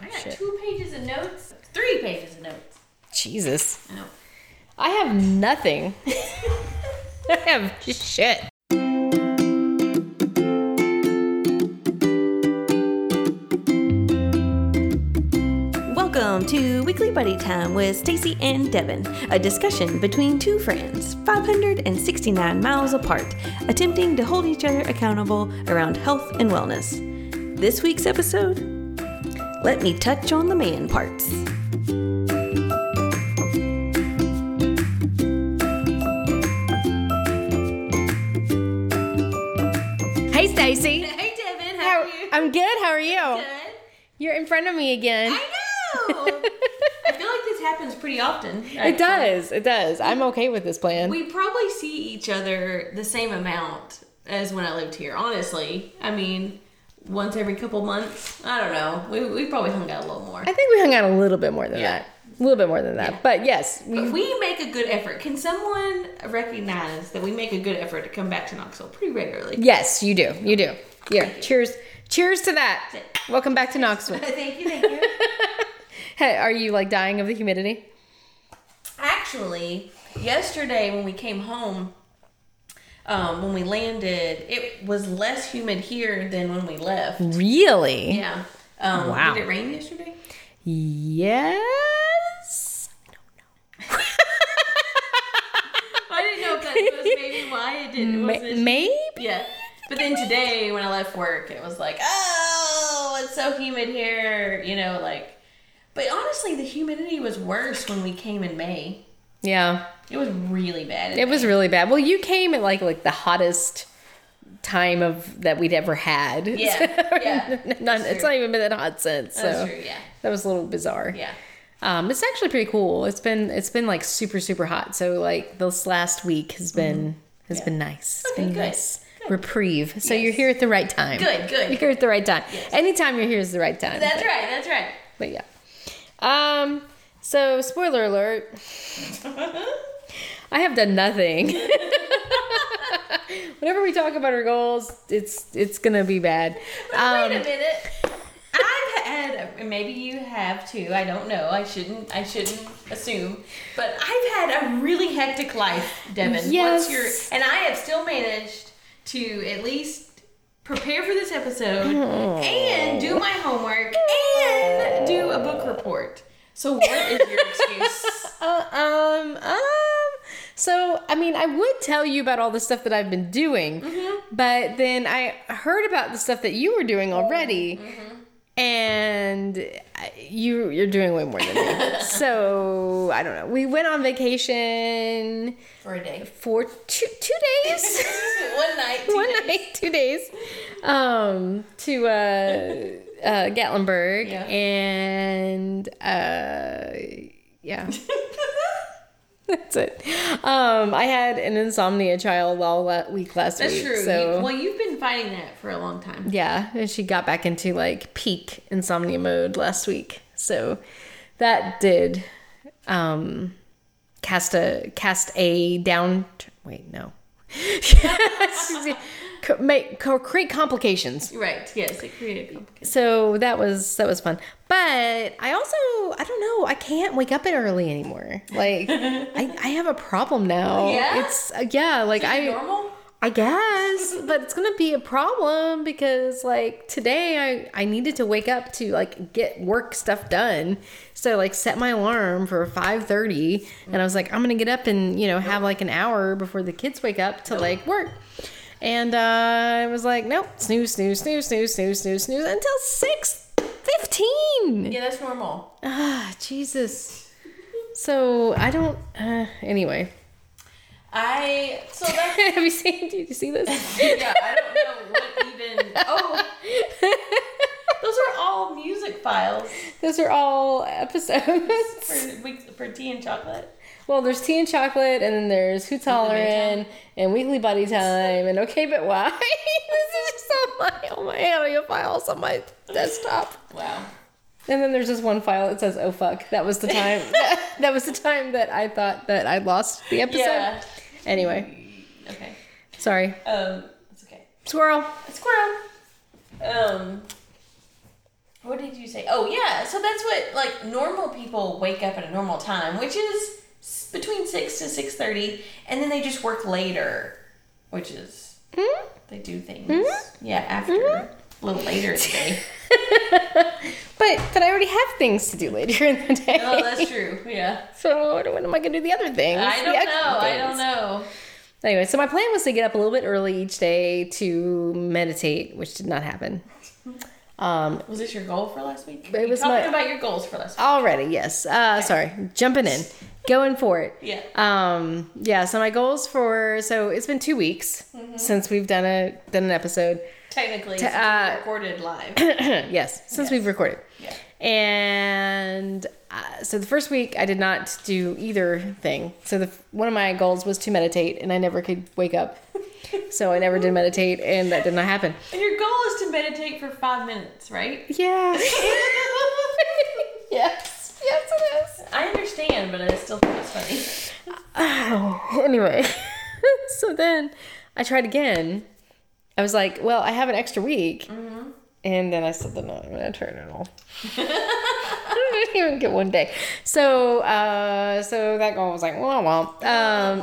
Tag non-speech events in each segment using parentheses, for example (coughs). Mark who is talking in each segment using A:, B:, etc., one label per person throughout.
A: Oh,
B: shit.
A: two pages of notes, three pages of notes.
B: Jesus.
A: I know.
B: I have nothing. I have shit.
C: Welcome to Weekly Buddy Time with Stacy and Devin, a discussion between two friends 569 miles apart, attempting to hold each other accountable around health and wellness. This week's episode Let me touch on the man parts.
B: Hey, Stacy.
A: (laughs) Hey, Devin, how
B: How-
A: are you?
B: I'm good. How are you?
A: Good.
B: You're in front of me again.
A: I know. I feel like this happens pretty often.
B: It does. It does. I'm okay with this plan.
A: We probably see each other the same amount as when I lived here. Honestly, I mean, once every couple months. I don't know. We we probably hung out a little more.
B: I think we hung out a little bit more than
A: Yeah.
B: that. A little bit more than that. But yes, we,
A: But we make a good effort. Can someone recognize that we make a good effort to come back to Knoxville pretty regularly?
B: yes, you do. You do. Yeah. Cheers. Cheers to that. Welcome back to Knoxville.
A: (laughs) thank you, thank you.
B: Hey, are you like dying of the humidity?
A: Actually, yesterday when we came home, um, when we landed, it was less humid here than when we left.
B: Really?
A: Yeah. Um,
B: Mm-hmm. Wow.
A: Did it rain yesterday?
B: Yes.
A: I didn't know if that
B: (laughs)
A: was maybe why it didn't.
B: Ma-
A: wasn't-
B: maybe.
A: Yeah. But then today, when I left work, it was like, oh, it's so humid here, you know, like. But honestly, the humidity was worse when we came in May.
B: Yeah.
A: It was really bad. in
B: It was really bad. Well, you came at like like the hottest time of that we'd ever had. (laughs)
A: Yeah, yeah.
B: None,
A: That's
B: it's
A: true.
B: not even been that hot since. So
A: That's true, yeah.
B: That was a little bizarre.
A: Yeah.
B: Um, it's actually pretty cool. It's been it's been like super super hot. So like this last week has been has been nice. It's
A: Mm-hmm. Okay,
B: been
A: good.
B: nice reprieve. So you're here at the right time.
A: Good, good.
B: You're here at the right time. Anytime you're here is the right time.
A: That's right. That's right.
B: But yeah. Um. So spoiler (laughs) alert. I have done nothing. (laughs) Whenever we talk about our goals, it's it's gonna be bad. Um,
A: Wait a minute. Um, I've had maybe you have too. I don't know. I shouldn't. I shouldn't assume. But I've had a really hectic life, Devin.
B: Yes.
A: What's your, and I have still managed to at least prepare for this episode and do my homework and do a book report. So what is your excuse?
B: Uh, um, um, so I mean, I would tell you about all the stuff that I've been doing, but then I heard about the stuff that you were doing already, Mm-hmm. and I- you you're doing way more than (laughs) me. so I don't know. We went on vacation
A: for a day.
B: for two two days. (laughs)
A: One night. two
B: One
A: days.
B: night, two days, um, to uh, uh, Gatlinburg,
A: Yeah.
B: and uh, yeah, (laughs) That's it. Um, I had an insomnia child all la- week last
A: That's
B: week.
A: true. You-
B: So
A: well, you've been fighting that for a long time.
B: yeah, and she got back into like peak insomnia mode last week. So that did um, cast a cast a down. Wait, no. (laughs) Co- make co- create complications.
A: Right. Yes, it created. a compl-
B: So that was that was fun. But I also I don't know, I can't wake up it early anymore. Like I, I have a problem now.
A: Yeah?
B: It's uh, yeah, like I
A: Normal.
B: I guess, but it's gonna be a problem because like today I I needed to wake up to like get work stuff done. So like set my alarm for five thirty, and I was like I'm gonna get up and you know have like an hour before the kids wake up to like work. And uh, I was like, nope, snooze, snooze, snooze, snooze, snooze, snooze, snooze until six fifteen.
A: Yeah, that's normal.
B: Ah, Jesus. So I don't. Uh, anyway, (laughs)
A: I so that
B: have you seen? Did you see this?
A: (laughs) yeah, I don't know what even. Oh, those are all music files
B: (laughs) Those are all episodes. (laughs)
A: for week- for tea and chocolate.
B: well, there's tea and chocolate, and then there's Who Tolerant and Weekly Buddy Time and Okay But Why. (laughs) this is just on my all my audio files on my desktop.
A: Wow.
B: And then there's this one file that says, "Oh fuck, that was the
A: (laughs)
B: time. that, was the time that I thought that I lost the episode."
A: Yeah.
B: Anyway,
A: Okay.
B: sorry,
A: Um, it's okay.
B: squirrel.
A: Squirrel. Um. What did you say? Oh yeah, so that's what like normal people wake up at a normal time, which is s- between six to six thirty, and then they just work later, which is
B: Hmm?
A: they do things yeah after a little later in the day.
B: But but I already have things to do later in the day.
A: oh, that's true. (laughs) Yeah,
B: (laughs) so what, what am I gonna do the other things?
A: I
B: The
A: don't
B: extra
A: know. I
B: things?
A: don't know.
B: Anyway, so my plan was to get up a little bit early each day to meditate, which did not happen. Um,
A: Was this your goal for last week?
B: It
A: You
B: was
A: talking
B: my-
A: about your goals for last week.
B: already, yes. Uh, sorry, jumping in, going for it.
A: Yeah.
B: Um, yeah. So my goals for so it's been two weeks since we've done a done an episode.
A: Technically, since
B: uh,
A: we recorded (coughs) live.
B: yes, since we've recorded.
A: Yeah.
B: And uh, so the first week I did not do either thing. So the one of my goals was to meditate, and I never could wake up. So I never did meditate, and that did not happen.
A: Your goal is to meditate for five minutes, right?
B: Yeah.
A: I
B: (laughs) yes. Yes, it is.
A: understand, but I still think it's (laughs) funny.
B: Oh, anyway, (laughs) so then I tried again. I was like, well, I have an extra week. And then I said, no, I'm going to turn it off. (laughs) I didn't even get one day. So, uh, so that goal was like, wah, wah. Um,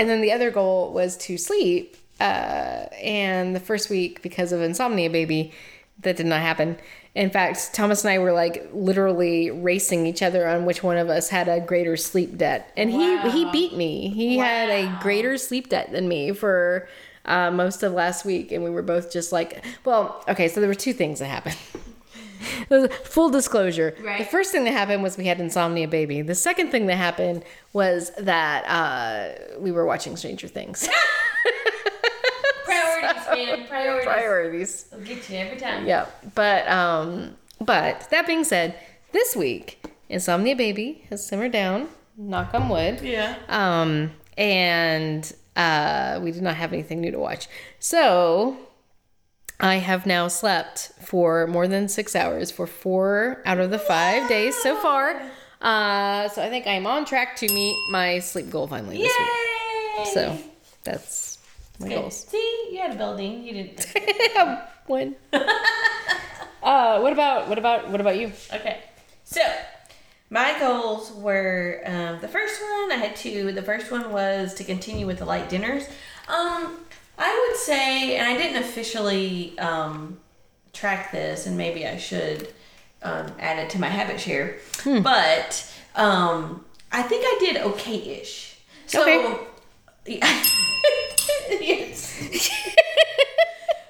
B: and then the other goal was to sleep. Uh, and the first week, because of insomnia, baby, that did not happen. In fact, Thomas and I were like literally racing each other on which one of us had a greater sleep debt. And he, he beat me. He had a greater sleep debt than me for uh, most of last week. And we were both just like, well, okay, so there were two things that happened. Full disclosure.
A: Right.
B: The first thing that happened was we had insomnia, baby. The second thing that happened was that uh, we were watching Stranger Things.
A: Priorities, man. Priorities.
B: Priorities.
A: It'll get you every time.
B: Yeah. But um, but that being said, this week insomnia, baby, has simmered down. Knock on wood.
A: Yeah.
B: Um, and uh, we did not have anything new to watch. So I have now slept for more than six hours for four out of the five days so far. Uh, so I think I'm on track to meet my sleep goal finally this week.
A: Yay!
B: So that's my
A: Good.
B: goals.
A: See, you had a building. You didn't.
B: (laughs)
A: (laughs)
B: One. uh, what about what about what about you?
A: Okay. So, my goals were um, the first one, I had two. The first one was to continue with the light dinners. Um, I would say, and I didn't officially um, track this, and maybe I should um, add it to my habit share, but um, I think I did okay ish. So,
B: Okay.
A: (laughs) yes.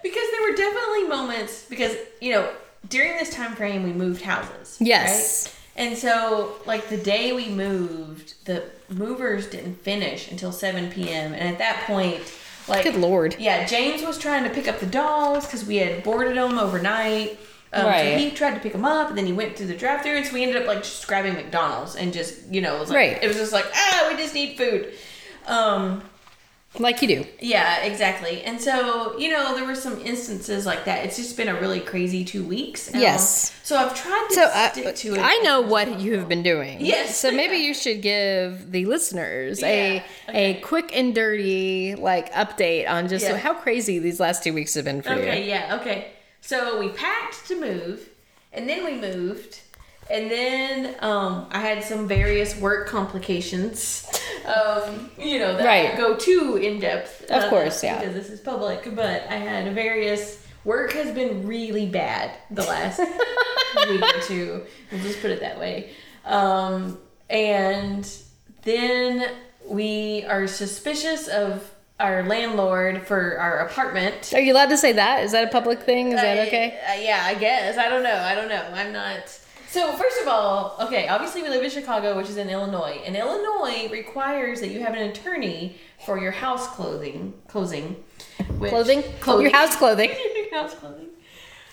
A: because there were definitely moments because you know during this time frame we moved houses
B: Yes.
A: right? and so like the day we moved the movers didn't finish until 7 p.m and at that point like
B: Good lord.
A: yeah james was trying to pick up the dogs because we had boarded them overnight um,
B: Right.
A: so he tried to pick them up and then he went through the drive through and so we ended up like just grabbing mcdonald's and just you know it was like,
B: Right.
A: it was just like ah we just need food um
B: Like you do.
A: yeah, exactly. And so, you know, there were some instances like that. It's just been a really crazy two weeks. now.
B: Yes.
A: So I've tried to
B: So I,
A: stick to it.
B: I know what you have been doing.
A: Yes.
B: So maybe you should give the listeners
A: Yeah,
B: a
A: okay.
B: a quick and dirty like update on just
A: Yeah.
B: how crazy these last two weeks have been for you.
A: Okay, yeah, okay. So we packed to move, and then we moved, and then um, I had some various work complications. (laughs) Um, you know, that I
B: Right.
A: go too in depth.
B: Of
A: uh,
B: course, yeah.
A: Because this is public, but I had various. Work has been really bad the
B: (laughs)
A: last week or two. We'll just put it that way. Um, and then we are suspicious of our landlord for our apartment.
B: Are you allowed to say that? Is that a public thing? Is
A: I-
B: that okay?
A: uh, yeah, I guess. I don't know. I don't know. I'm not. So, first of all, okay, obviously we live in Chicago, which is in Illinois, and Illinois requires that you have an attorney for your house clothing. Closing. Which,
B: Clothing?
A: Clothing.
B: Your house clothing.
A: Your (laughs) house clothing.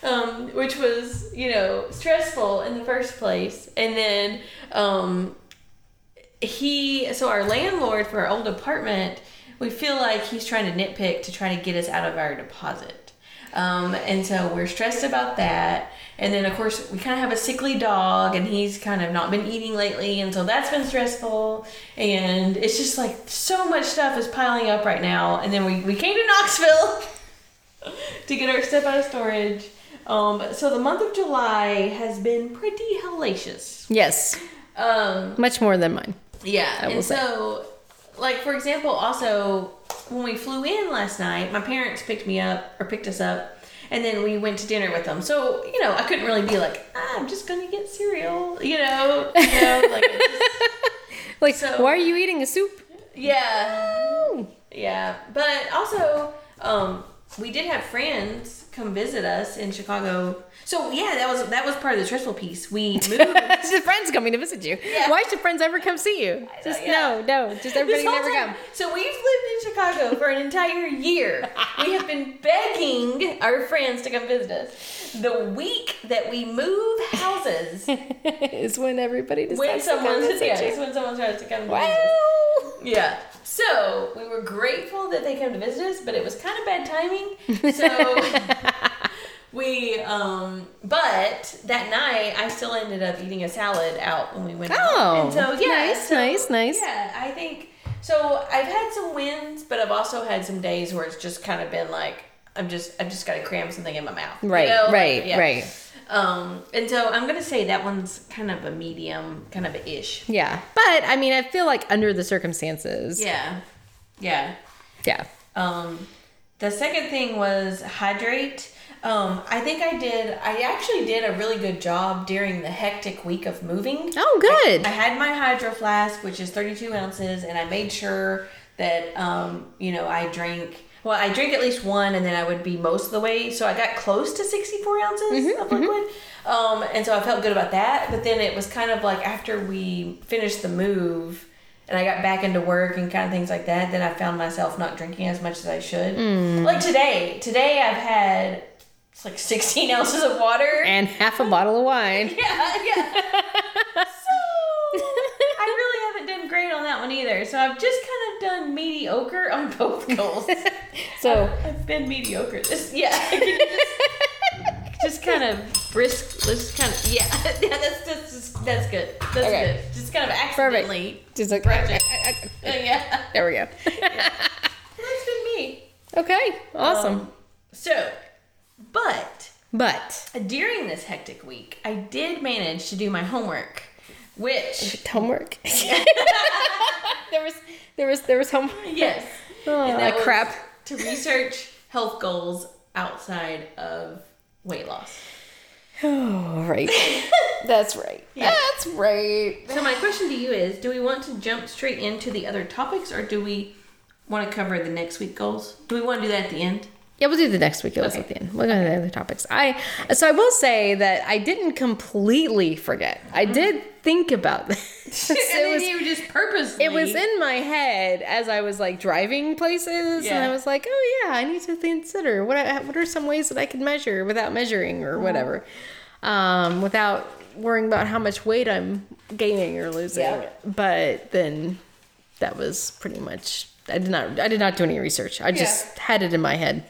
A: Um, which was, you know, stressful in the first place. And then um, he so our landlord for our old apartment we feel like he's trying to nitpick to try to get us out of our deposit um, and so we're stressed about that and then of course we kind of have a sickly dog and he's kind of not been eating lately and so that's been stressful and it's just like so much stuff is piling up (laughs) right now and then we, we came to knoxville to get our stuff out of storage Um, so the month of July has been pretty hellacious.
B: Yes,
A: Um,
B: much more than mine.
A: yeah,
B: will
A: and
B: say.
A: so, like for example, also when we flew in last night, my parents picked me up or picked us up, and then we went to dinner with them. So you know, I couldn't really be like, ah, I'm just gonna get cereal, you know, you know like
B: Like,
A: So-
B: why are you eating a
A: (laughs)
B: soup?
A: yeah, yeah. But also, um, we did have friends come visit us in Chicago. So yeah, that was that was part of the stressful piece.
B: (laughs)
A: We moved.
B: Just friends coming to visit you.
A: Yeah.
B: Why should friends ever come see you? Just
A: yeah.
B: no, no. Just
A: This
B: everybody
A: whole
B: never
A: time-
B: come.
A: So we've lived in Chicago for an entire year. we have been begging our friends to come visit us. The week that we move
B: (laughs)
A: houses,
B: is when everybody decides
A: when someone
B: to come
A: yeah,
B: visit
A: it's
B: you.
A: when someone tries to come visit us.
B: Wow.
A: Yeah. So we were grateful that they came to visit us, but it was kind of bad timing.
B: (laughs)
A: So we, um, but that night I still ended up eating a salad out when we went.
B: Oh,
A: out. and so yeah,
B: nice,
A: so,
B: nice, nice.
A: Yeah, I think so. I've had some wins, but I've also had some days where it's just kind of been like I'm just I've just got to cram something in my mouth. you
B: Right,
A: know? Like,
B: right,
A: yeah.
B: right.
A: Um, and so I'm gonna say that one's kind of a medium, kind of a ish.
B: Yeah. But I mean, I feel like under the circumstances.
A: Yeah, yeah.
B: Yeah.
A: Um, the second thing was hydrate. Um, I think I did. I actually did a really good job during the hectic week of moving.
B: Oh, good.
A: I had my hydro flask, which is 32 ounces, and I made sure that um, you know I drank. Well, I drink at least one, and then I would be most of the way. So I got close to 64 ounces of liquid, um, and so I felt good about that. But then it was kind of like after we finished the move. And I got back into work and kind of things like that. Then I found myself not drinking as much as I should. Like today, today I've had it's like 16 (laughs) ounces of water.
B: and half a bottle of (laughs) wine.
A: (laughs) Yeah, yeah. so I really haven't done great on that one either. So I've just kind of done mediocre on
B: (laughs)
A: both goals.
B: So
A: I've been mediocre. This, yeah. (laughs) I can just, just kind of brisk. Just kind of yeah. (laughs) yeah that's that's just, that's good. That's
B: Okay.
A: good. Just kind of accidentally.
B: just like
A: Right.
B: I- I- I-
A: Uh, yeah.
B: (laughs) there we (laughs) go.
A: That's been me.
B: okay, awesome.
A: Um, so, but
B: but
A: during this hectic week, I did manage to do my homework, which
B: (laughs) homework. there was there was there was homework.
A: Yes.
B: Oh,
A: And
B: like
A: was
B: crap.
A: To research health goals outside of weight loss.
B: Oh, (sighs) (laughs) right. That's right. That's right.
A: So my question to you is, do we want to jump straight into the other topics or do we want to cover the next week goals? Do we want to do that at the
B: (laughs)
A: end?
B: Yeah, we'll do the next week. It was at the end. We'll go to the other topics. I so I will say that I didn't completely forget. I did think about this.
A: Mm-hmm. (laughs) and
B: it
A: then
B: was
A: you just purposely
B: it was in my head as I was like driving places, and I
A: Yeah.
B: was like, "Oh yeah, I need to consider what I, what are some ways that I can measure without measuring
A: Mm-hmm.
B: or whatever, um, without worrying about how much weight I'm gaining or losing."
A: Yeah.
B: But then that was pretty much. I did not. I did not do any research. I just had it in my head.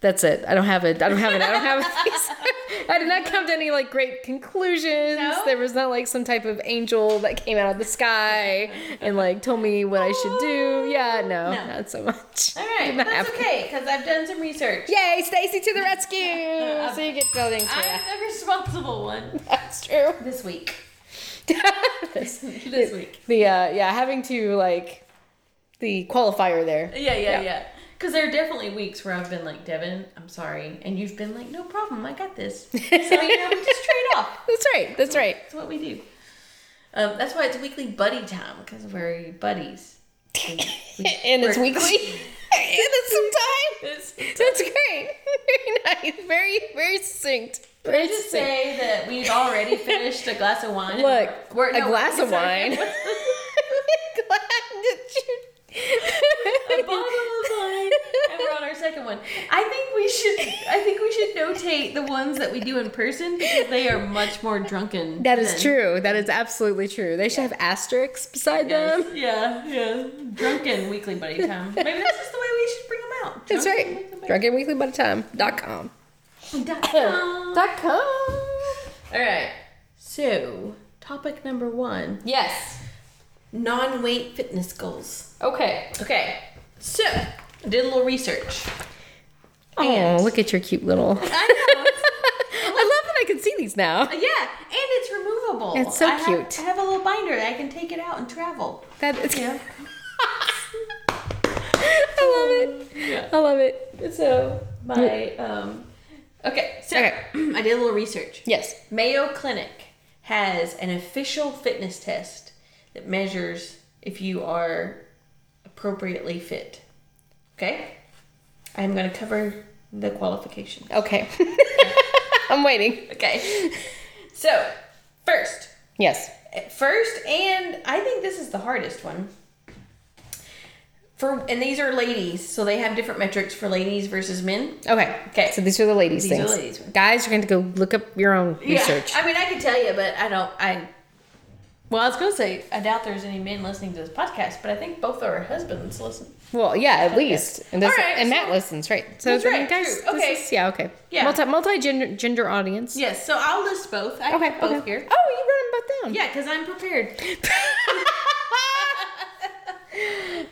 B: That's it. I don't have it. I don't have it. I don't have it. (laughs) I did not come to any like great conclusions.
A: No?
B: There was not like some type of angel that came out of the sky and like told me what I should do. Yeah, no,
A: No.
B: not so much.
A: All right,
B: Not
A: that's
B: happening.
A: okay cuz I've done some research.
B: Yay, Stacy to the
A: (laughs)
B: rescue! so you get buildings for
A: I'm
B: that.
A: the responsible one
B: That's true. (laughs)
A: this week.
B: This-
A: This week.
B: the uh, yeah, having to like the qualifier there.
A: Yeah,
B: Yeah.
A: yeah, yeah. Because there are definitely weeks where I've been like, Devin, I'm sorry. And you've been like, no problem, I
B: (laughs)
A: got this. So, you know, we just trade off.
B: That's right. That's right.
A: That's what we do. Um, that's why it's weekly buddy time, because we're buddies. We- we-
B: (laughs) and it's
A: we're-
B: weekly.
A: (laughs)
B: and it's some time.
A: It's-
B: That's great. Very nice. Very very succinct.
A: I
B: Very
A: just
B: succinct.
A: say that we've already finished a glass of wine.
B: Look,
A: We're-
B: a
A: no,
B: glass of (laughs)
A: sorry. (laughs)
B: wine. Glad that you.
A: A bottle of wine, and we're on our second one. I think we should. I think we should notate the ones that we do in person because they are much more drunken.
B: That is
A: than-
B: true. That is absolutely true. They should have asterisks beside
A: Yes,
B: them.
A: Yeah, yeah. Drunken weekly buddy time. Maybe that's just the way we should bring them out.
B: That's right. Drunkenweeklybuddytime.com. Dot com.
A: All right. So, topic number one
B: Yes.
A: non weight fitness goals.
B: Okay.
A: Okay. So, I did a little research.
B: Oh,
A: And-
B: look at your cute little.
A: I know. It's
B: can see these now.
A: (laughs) Yeah, and it's removable.
B: It's so
A: I have-
B: cute.
A: I have a little binder that I can take it out and travel.
B: That is. (laughs) I love it.
A: Yeah.
B: I love it.
A: So my um. Okay, so
B: Okay.
A: (clears throat) I did a little research.
B: Yes.
A: Mayo Clinic has an official fitness test that measures if you are appropriately fit. Okay? I'm going to cover the qualification.
B: Okay. (laughs) I'm waiting.
A: Okay. So, first,
B: Yes.
A: first and I think this is the hardest one. For and these are ladies, so they have different metrics for ladies versus men.
B: Okay.
A: Okay.
B: So these are the ladies'
A: These are
B: things.
A: ladies' ones.
B: Guys, you're going to go look up your own research.
A: Yeah, I mean, I could tell you, but I don't. I well, I was gonna say I doubt there's any men listening to this podcast, but I think both our husbands listen.
B: Well, yeah, at least. And, this,
A: All right,
B: and
A: so-
B: Matt listens, right? So
A: That's
B: I mean,
A: right,
B: guys,
A: true.
B: this
A: Okay.
B: is- yeah, okay.
A: Yeah.
B: Multi multi gender gender audience.
A: Yes, so I'll list both. I
B: Okay.
A: have both
B: okay.
A: here.
B: Oh, you wrote them both down.
A: Yeah, because I'm prepared.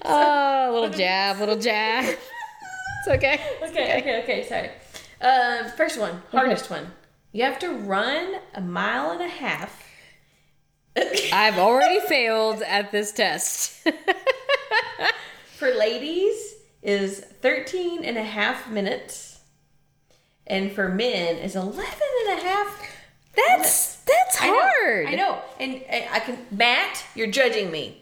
B: Oh, little jab, little
A: (laughs)
B: jab. It's okay.
A: Okay, okay, okay. Sorry. Uh, first one, hardest one. You have to run a mile and a half.
B: I've already failed at this test.
A: For ladies is 13 and a half minutes. And for men is 11 and a half.
B: That's that's
A: I know,
B: hard.
A: I know. And, and I can Matt, you're judging me.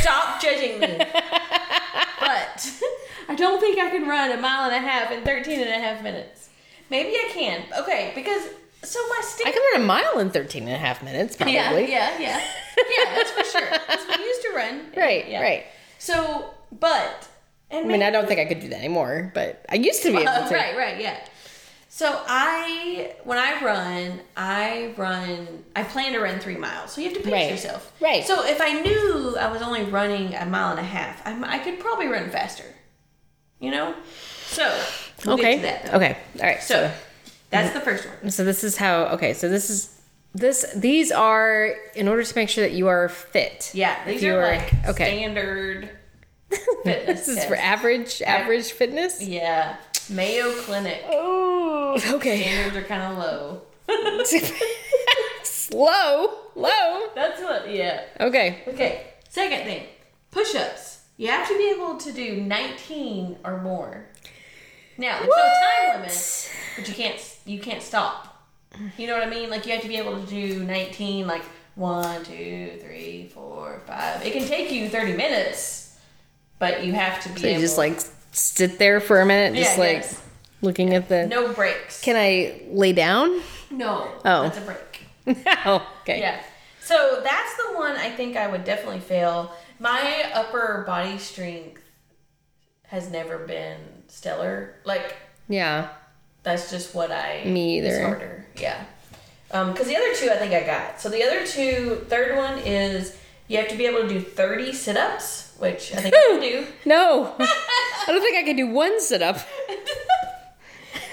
A: Stop judging me. But (laughs) I don't think I can run a mile and a half in 13 and a half minutes. Maybe I can. Okay, because so my stick
B: I can run a mile in 13 and a half minutes, probably.
A: Yeah,
B: (laughs)
A: yeah, yeah. Yeah, that's for sure. That's what we used to run.
B: Right,
A: Yeah.
B: right.
A: So, but and
B: I mean, I don't think I could do that anymore, but I used to be
A: (laughs)
B: able to.
A: right, right, yeah. So I, when I run, I run. I plan to run three miles. So you have to pace
B: Right,
A: yourself.
B: right.
A: So if I knew I was only running a mile and a half, I'm, I could probably run faster. You know. So we'll
B: Okay.
A: Get to that, though.
B: okay. All right.
A: So that's the first one.
B: so this is how okay so this is this these are in order to make sure that you are fit
A: Yeah,
B: If
A: these
B: you
A: are
B: are-
A: like
B: okay.
A: standard
B: (laughs) this
A: fitness
B: is for
A: tests.
B: average average fitness
A: Yeah, Mayo Clinic
B: oh okay (laughs)
A: (laughs) standards are kind of low.
B: slow low
A: That's what. Yeah.
B: okay
A: Okay, second thing push ups. You have to be able to do 19 or more. Now, there's no time limit, but you can't you can't stop. You know what I mean? Like you have to be able to do 19 like one, two, three, four, five. It can take you 30 minutes, but you have to be
B: so you
A: able
B: just like sit there for a minute
A: Yeah,
B: just like
A: yes.
B: looking at the
A: no breaks.
B: can i lay down (laughs)
A: no.
B: Oh.
A: That's a break.
B: no okay
A: Yeah. So that's the one I think I would definitely fail. My upper body strength has never been stellar. Like
B: yeah
A: that's just what I
B: Me either.
A: It's harder. Yeah. Um, cuz the other two I think I got. So the other two, third one is you have to be able to do 30 sit-ups, which I think I
B: (laughs)
A: can do. (laughs)
B: no i don't think i can do one sit-up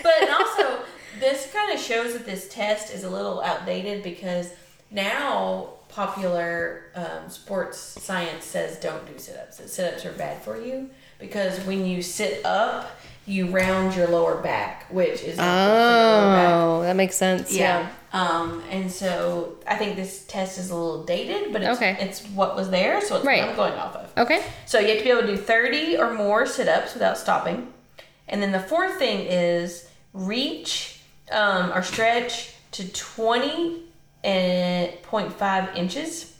A: But and also, this kind of shows that this test is a little outdated because now popular um, sports science says don't do sit ups. That sit ups are bad for you because when you sit up, you round your lower back, which is not good for your lower back.
B: oh that makes sense
A: Yeah. Um, and so I think this test is a little dated, but it's,
B: Okay.
A: it's what was there, so it's
B: Right.
A: what I'm going off of.
B: yeah. okay
A: So you have to be able to do 30 or more sit ups without stopping. And then the fourth thing is reach um, or stretch to 20.5 inches.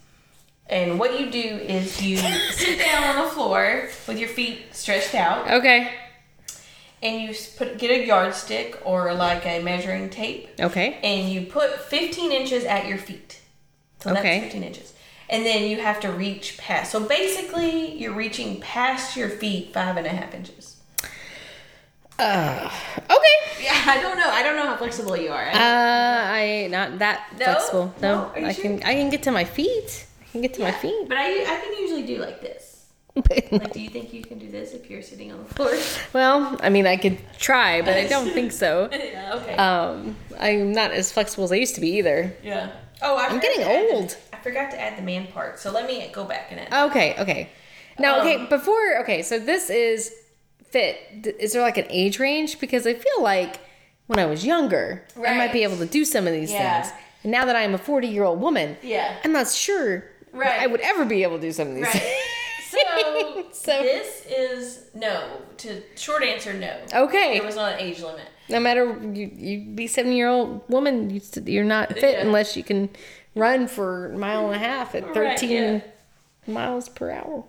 A: And what you do is you sit down on the floor with your feet stretched out
B: okay
A: and you s- put, get a yardstick or like a measuring tape (sighs)
B: okay
A: and you put 15 inches at your feet. So
B: Okay.
A: that's 15 inches. And then you have to reach past. So basically, you're reaching past your feet five and a half inches.
B: Uh, okay
A: Yeah, I don't know. I don't know how flexible you are.
B: Uh, I not that
A: No?
B: flexible. No,
A: No? Are you
B: I
A: sure?
B: can I can get to my feet. I can get to my feet.
A: But I, I can usually do like this. Like, do you think you can do this if you're sitting on the floor?
B: (laughs)
A: (laughs)
B: well, I mean, I could try, but I don't think
A: (laughs)
B: so.
A: yeah, okay.
B: Um, I'm not as flexible as I used to be either.
A: yeah. Oh, I
B: I'm
A: forgot
B: getting
A: to add the-
B: old. Uh,
A: I forgot to add the man part. So let me go back and add.
B: Okay, okay. Now, okay,
A: Um,
B: before okay, so this is fit. D- Is there like an age range? Because I feel like when I was younger, I might
A: Right.
B: be able to do some of these
A: Yeah.
B: things. And now that I am a 40 year old woman,
A: Yeah.
B: I'm not sure
A: Right.
B: I would ever be able to do some of these
A: Right.
B: (laughs)
A: So,
B: things. so,
A: this is no. To short answer, no.
B: okay.
A: There was not an age limit.
B: no matter you, you be seven year old woman, you, st- you're not fit
A: Yeah.
B: unless you can run for a mile and a half at 13
A: Right,
B: miles per hour.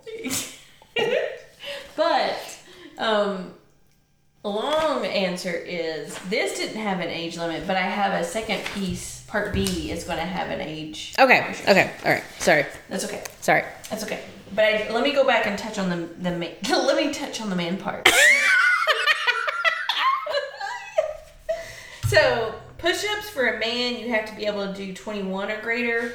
A: but um long answer is this didn't have an age limit but i have a second piece part b is going to have an age
B: Okay. Okay. All right. Sorry.
A: that's okay
B: Sorry.
A: that's okay but I, let me go back and touch on the the man (laughs) let me touch on the man part so push-ups for a man you have to be able to do 21 or greater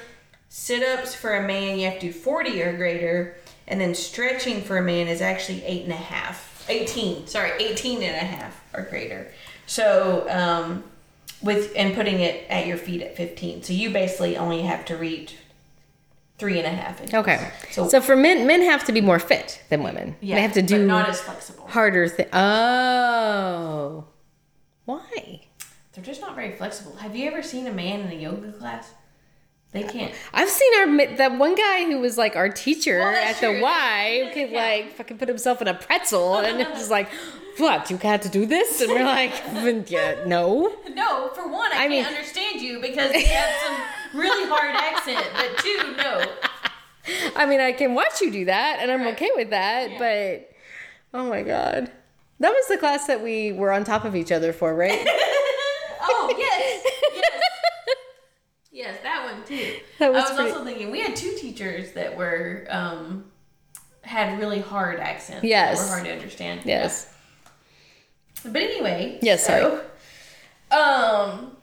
A: sit-ups for a man you have to do 40 or greater and then stretching for a man is actually eight and a half 18 sorry 18 and a half or greater so um with and putting it at your feet at 15 so you basically only have to reach three and a half inches.
B: Okay. So,
A: So-
B: for men, men have to be more fit than women.
A: yeah
B: they have to do
A: but not as flexible
B: harder things. Oh. Why?
A: They're just not very flexible. Have you ever seen a man in a yoga class? They can't.
B: I've seen our mi- that one guy who was like our teacher
A: Well,
B: at
A: that's
B: the
A: true.
B: Y who could
A: Yeah.
B: like fucking put himself in a
A: (laughs)
B: pretzel and it was like, what? You can't do this? And we're like, yeah, no.
A: No, for one,
B: I
A: I, can't
B: mean-
A: understand you because they have some really hard accent. But two, no.
B: I mean, I can watch you do that and I'm okay with that, but oh my god. That was the class that we were on top of each other for, right?
A: (laughs) Oh yes, yes, yes. That one too.
B: That was
A: I was
B: pretty-
A: also thinking we had two teachers that were um, had really hard accents. that
B: Yes.
A: were hard to understand.
B: yes.
A: But anyway,
B: Yes,
A: so, um,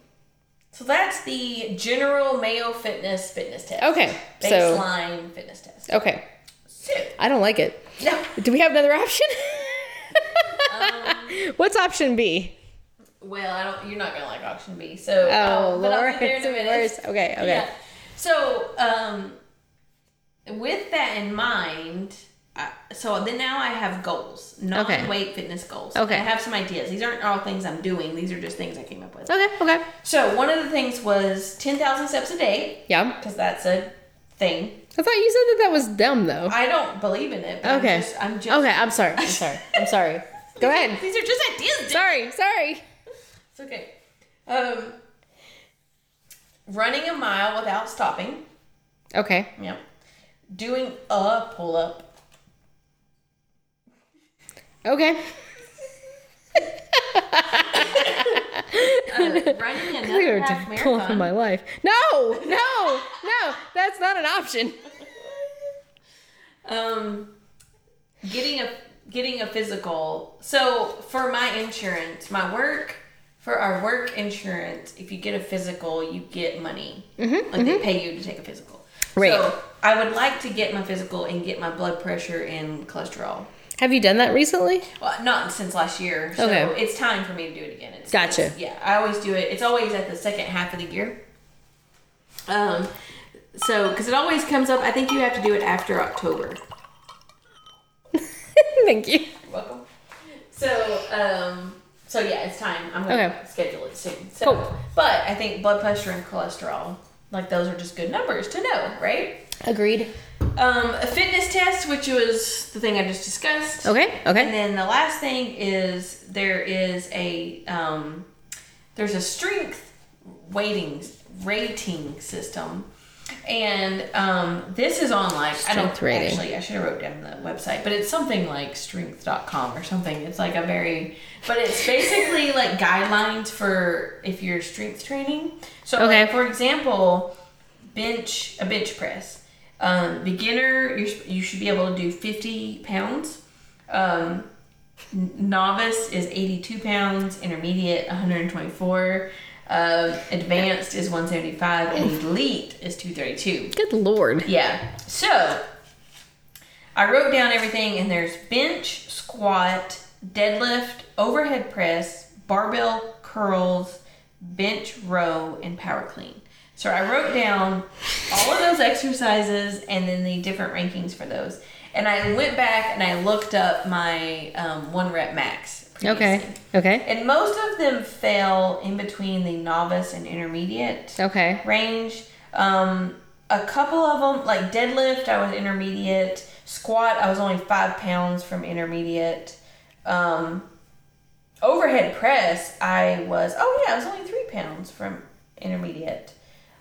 A: so that's the general Mayo Fitness fitness test.
B: Okay, so-
A: baseline fitness test.
B: Okay.
A: So,
B: I don't like it.
A: no,
B: Do we have another option?
A: Um,
B: (laughs) What's option B?
A: well, I don't. You're not gonna like option B. So,
B: Oh,
A: um, but I'll
B: Lord.
A: get there in
B: It's
A: a
B: the
A: minute.
B: worst. Okay, okay.
A: Yeah. So, um, with that in mind, I, so then now I have goals, non-weight fitness goals.
B: Okay.
A: I have some ideas. These aren't all things I'm doing. These are just things I came up with.
B: Okay, okay.
A: So one of the things was ten thousand steps a day.
B: Yeah.
A: because that's a thing.
B: I thought you said that that was dumb though.
A: I don't believe in it. But
B: Okay.
A: I'm just, I'm just
B: Okay, I'm sorry.
A: (laughs)
B: I'm sorry. I'm sorry. Go ahead.
A: These are just ideas. dude.
B: Sorry, sorry.
A: It's okay. Um, running a mile without stopping.
B: Okay.
A: Yep. Doing a
B: (laughs)
A: pull up.
B: Okay.
A: Uh, Running another
B: Clear
A: half
B: to pull up in
A: marathon.
B: my life. No, no, no. That's not an option.
A: um, getting a getting a physical. So for my insurance, my work. For our work insurance, if you get a physical, you get money. like they pay you to take a physical.
B: Mm-hmm, Right.
A: So I would like to get my physical and get my blood pressure and cholesterol.
B: Have you done that recently?
A: Well, not since last year. So
B: Okay.
A: it's time for me to do it again. It's,
B: Gotcha.
A: it's- yeah, I always do it. It's always at the second half of the year. Um, so because it always comes up, I think you have to do it after October.
B: (laughs) Thank you.
A: You're welcome. So, um, so yeah, it's time. I'm gonna
B: Okay.
A: schedule it soon. So,
B: Cool.
A: but I think blood pressure and cholesterol, like those, are just good numbers to know, right?
B: Agreed.
A: Um, a fitness test, which was the thing I just discussed.
B: Okay,
A: And
B: okay.
A: then the last thing is there is a um, there's a strength weightings rating system, and um, this is on like I
B: Strength
A: don't
B: rating.
A: actually I should have wrote down the website, but it's something like strength.com or something. It's like a very but it's basically (laughs) like guidelines for if you're strength training. So
B: Okay.
A: like, for example, bench a bench press. Um, beginner, you, sh- you should be able to do 50 pounds. Um, n- novice is 82 pounds. Intermediate, 124. Um, advanced is 175. And elite is 232.
B: Good lord.
A: Yeah. So I wrote down everything, and there's bench, squat, deadlift, overhead press, barbell curls, bench row, and power clean. So I wrote down all of those exercises and then the different rankings for those. And I went back and I looked up my um, one rep max
B: Okay.
A: previously.
B: Okay.
A: And most of them fell in between the novice and intermediate
B: Okay.
A: range. Um, a couple of them, like deadlift, I was intermediate. Squat, I was only five pounds from intermediate. Um, overhead press, I was, oh yeah, I was only three pounds from intermediate.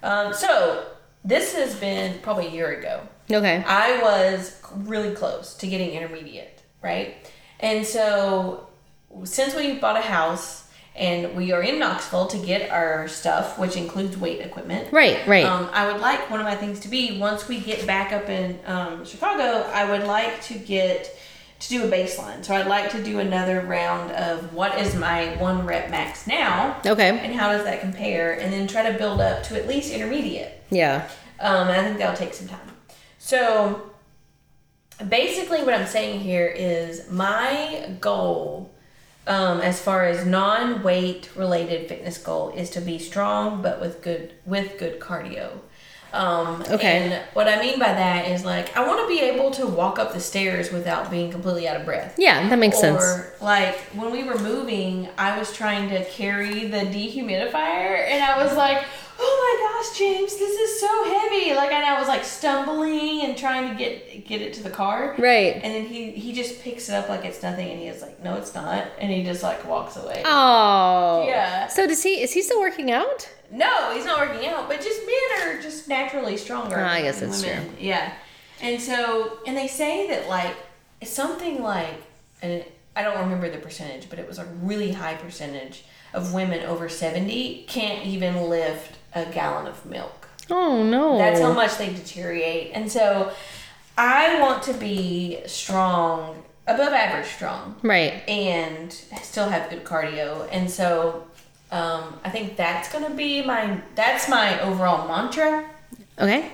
A: Um, so this has been probably a year ago.
B: Okay.
A: I was really close to getting intermediate, right? And so, since we bought a house and we are in Knoxville to get our stuff, which includes weight equipment,
B: Right. Right.
A: um, I would like one of my things to be once we get back up in um, Chicago, I would like to get to do a baseline. So I'd like to do another round of what is my one rep max now,
B: okay.
A: and how does that compare, and then try to build up to at least intermediate.
B: Yeah.
A: Um, and I think that'll take some time. So basically, what I'm saying here is my goal, um, as far as non-weight related fitness goal, is to be strong but with good with good cardio. Um,
B: Okay.
A: And what I mean by that is like I want to be able to walk up the stairs without being completely out of breath.
B: Yeah. That makes sense.
A: Or like when we were moving, I was trying to carry the dehumidifier, and I was like, "Oh my gosh, James, this is so heavy!" Like, and I was like stumbling and trying to get get it to the car.
B: Right.
A: And then he he just picks it up like it's nothing, and he is like, "No, it's not," and he just like walks away.
B: Oh.
A: Yeah.
B: So does he? Is he still working out?
A: No, he's not working out, but just men are just naturally stronger.
B: Ah, I guess
A: than
B: that's
A: women. Yeah, and so and they say that like it's something like and I don't remember the percentage, but it was a really high percentage of women over seventy can't even lift a gallon of milk.
B: Oh no.
A: That's how much they deteriorate. And so I want to be strong, above average strong
B: right.
A: and still have good cardio. And so um, I think that's gonna be my that's my overall mantra.
B: Okay.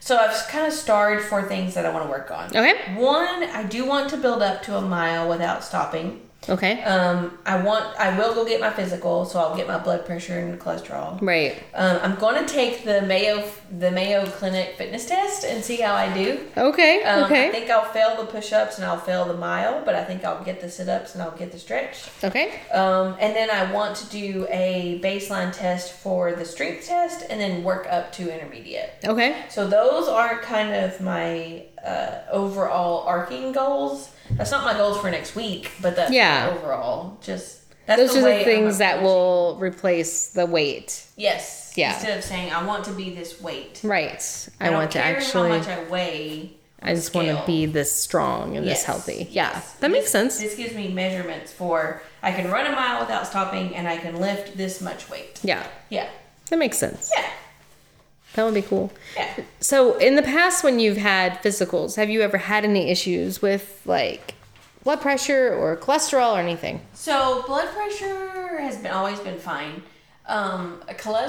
A: So I've kind of starred for things that I want to work on.
B: Okay.
A: One, I do want to build up to a mile without stopping.
B: Okay.
A: Um, I want I will go get my physical, so I'll get my blood pressure and cholesterol.
B: Right.
A: Um, I'm gonna take the Mayo the Mayo Clinic fitness test and see how I do.
B: Okay.
A: Um, I
B: okay.
A: think I'll fail the push-ups and I'll fail the mile, but I think I'll get the sit-ups and I'll get the stretch.
B: Okay.
A: Um, and then I want to do a baseline test for the strength test and then work up to intermediate.
B: Okay.
A: So those are kind of my uh, overall arcing goals. That's not my goals for next week, but that's
B: Yeah.
A: overall. Just that's
B: Those
A: the
B: are
A: way
B: the
A: I'm
B: things that
A: approaching-
B: will replace the weight.
A: Yes.
B: Yeah.
A: Instead of saying I want to be this weight,
B: Right.
A: I,
B: I,
A: don't
B: want to
A: care
B: actually.
A: how much I weigh.
B: I just want to
A: scale.
B: be this strong and this
A: Yes,
B: healthy. Yeah,
A: yes.
B: that makes
A: This-
B: sense.
A: This gives me measurements for I can run a mile without stopping and I can lift this much weight.
B: Yeah,
A: Yeah.
B: that makes sense.
A: Yeah.
B: That would be cool.
A: Yeah.
B: So, in the past, when you've had physicals, have you ever had any issues with like blood pressure or cholesterol or anything?
A: So blood pressure has been always been fine. Um,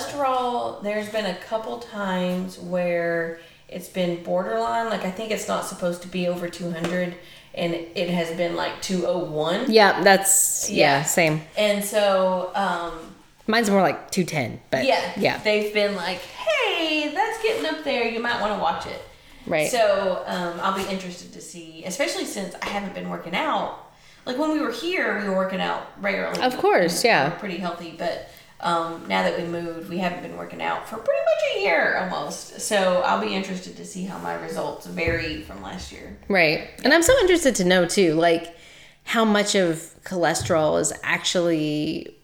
A: cholesterol, there's been a couple times where it's been borderline. Like I think it's not supposed to be over 200, and it has been like 201.
B: Yeah, that's yeah,
A: Yeah.
B: same.
A: And so, um,
B: Mine's more like two ten, but
A: yeah,
B: yeah,
A: they've been like, hey, that's getting up there. You might want to watch it.
B: right.
A: So um, I'll be interested to see, especially since I haven't been working out. Like when we were here, we were working out regularly.
B: Of course, yeah.
A: We were pretty healthy, but um, now that we moved, we haven't been working out for pretty much a year almost. So I'll be interested to see how my results vary from last year.
B: Right. And I'm so interested to know too, like how much of cholesterol is actually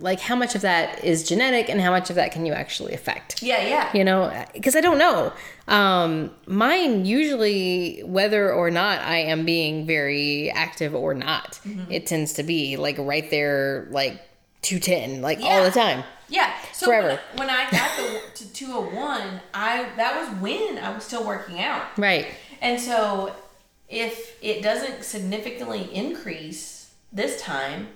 B: like how much of that is genetic and how much of that can you actually affect?
A: Yeah, yeah.
B: You know, because I don't know. Um, mine usually, whether or not I am being very active or not, it tends to be like right there, like 210, like all
A: Yeah.
B: the time.
A: Yeah. So
B: Forever.
A: When, when I got the, to 201, I that was when I was still working out.
B: Right.
A: And so, if it doesn't significantly increase this time,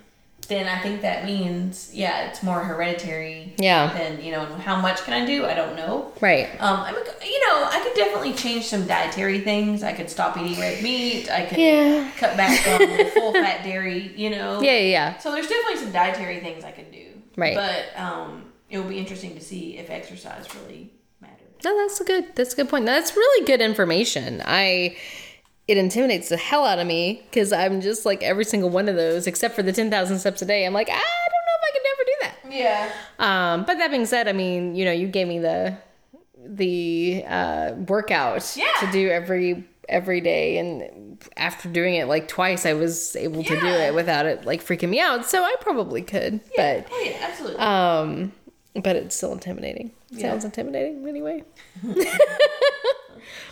A: then I think that means, yeah, it's more hereditary.
B: Yeah.
A: Than, you know, how much can I do? I don't know.
B: Right.
A: Um, I'm, you know, I could definitely change some dietary things. I could stop eating red meat. I could
B: Yeah.
A: cut back
B: (laughs)
A: on the full fat dairy, you know.
B: Yeah. Yeah. yeah.
A: So there's definitely some dietary things I can do.
B: Right.
A: But um, it will be interesting to see if exercise really matters.
B: No, that's a good. That's a good point. That's really good information. I it intimidates the hell out of me because I'm just like every single one of those, except for the 10,000 steps a day. I'm like, I don't know if I can ever do that.
A: Yeah.
B: Um, but that being said, I mean, you know, you gave me the the uh, workout
A: Yeah.
B: to do every every day, and after doing it like twice, I was able to do
A: Yeah.
B: it without it like freaking me out. So I probably could,
A: Oh, yeah, absolutely.
B: but um, but it's still intimidating. Sounds intimidating
A: (laughs)
B: anyway. (laughs)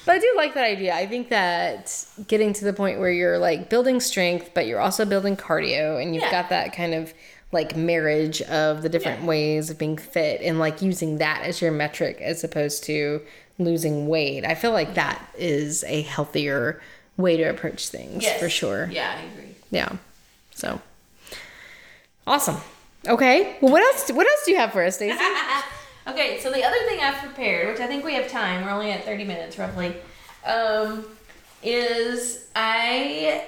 B: But I do like that idea. I think that getting to the point where you're like building strength, but you're also building cardio, and you've
A: Yeah.
B: got that kind of like marriage of the different ways of being fit and like using that as your metric as opposed to losing weight. I feel like that is a healthier way to approach things
A: Yes.
B: for sure.
A: Yeah, I agree.
B: Yeah. So awesome. Okay. Well, what else? What else do you have for us, Stacey?
A: okay, so the other thing I've prepared, which I think we have time, we're only at 30 minutes roughly, um, is I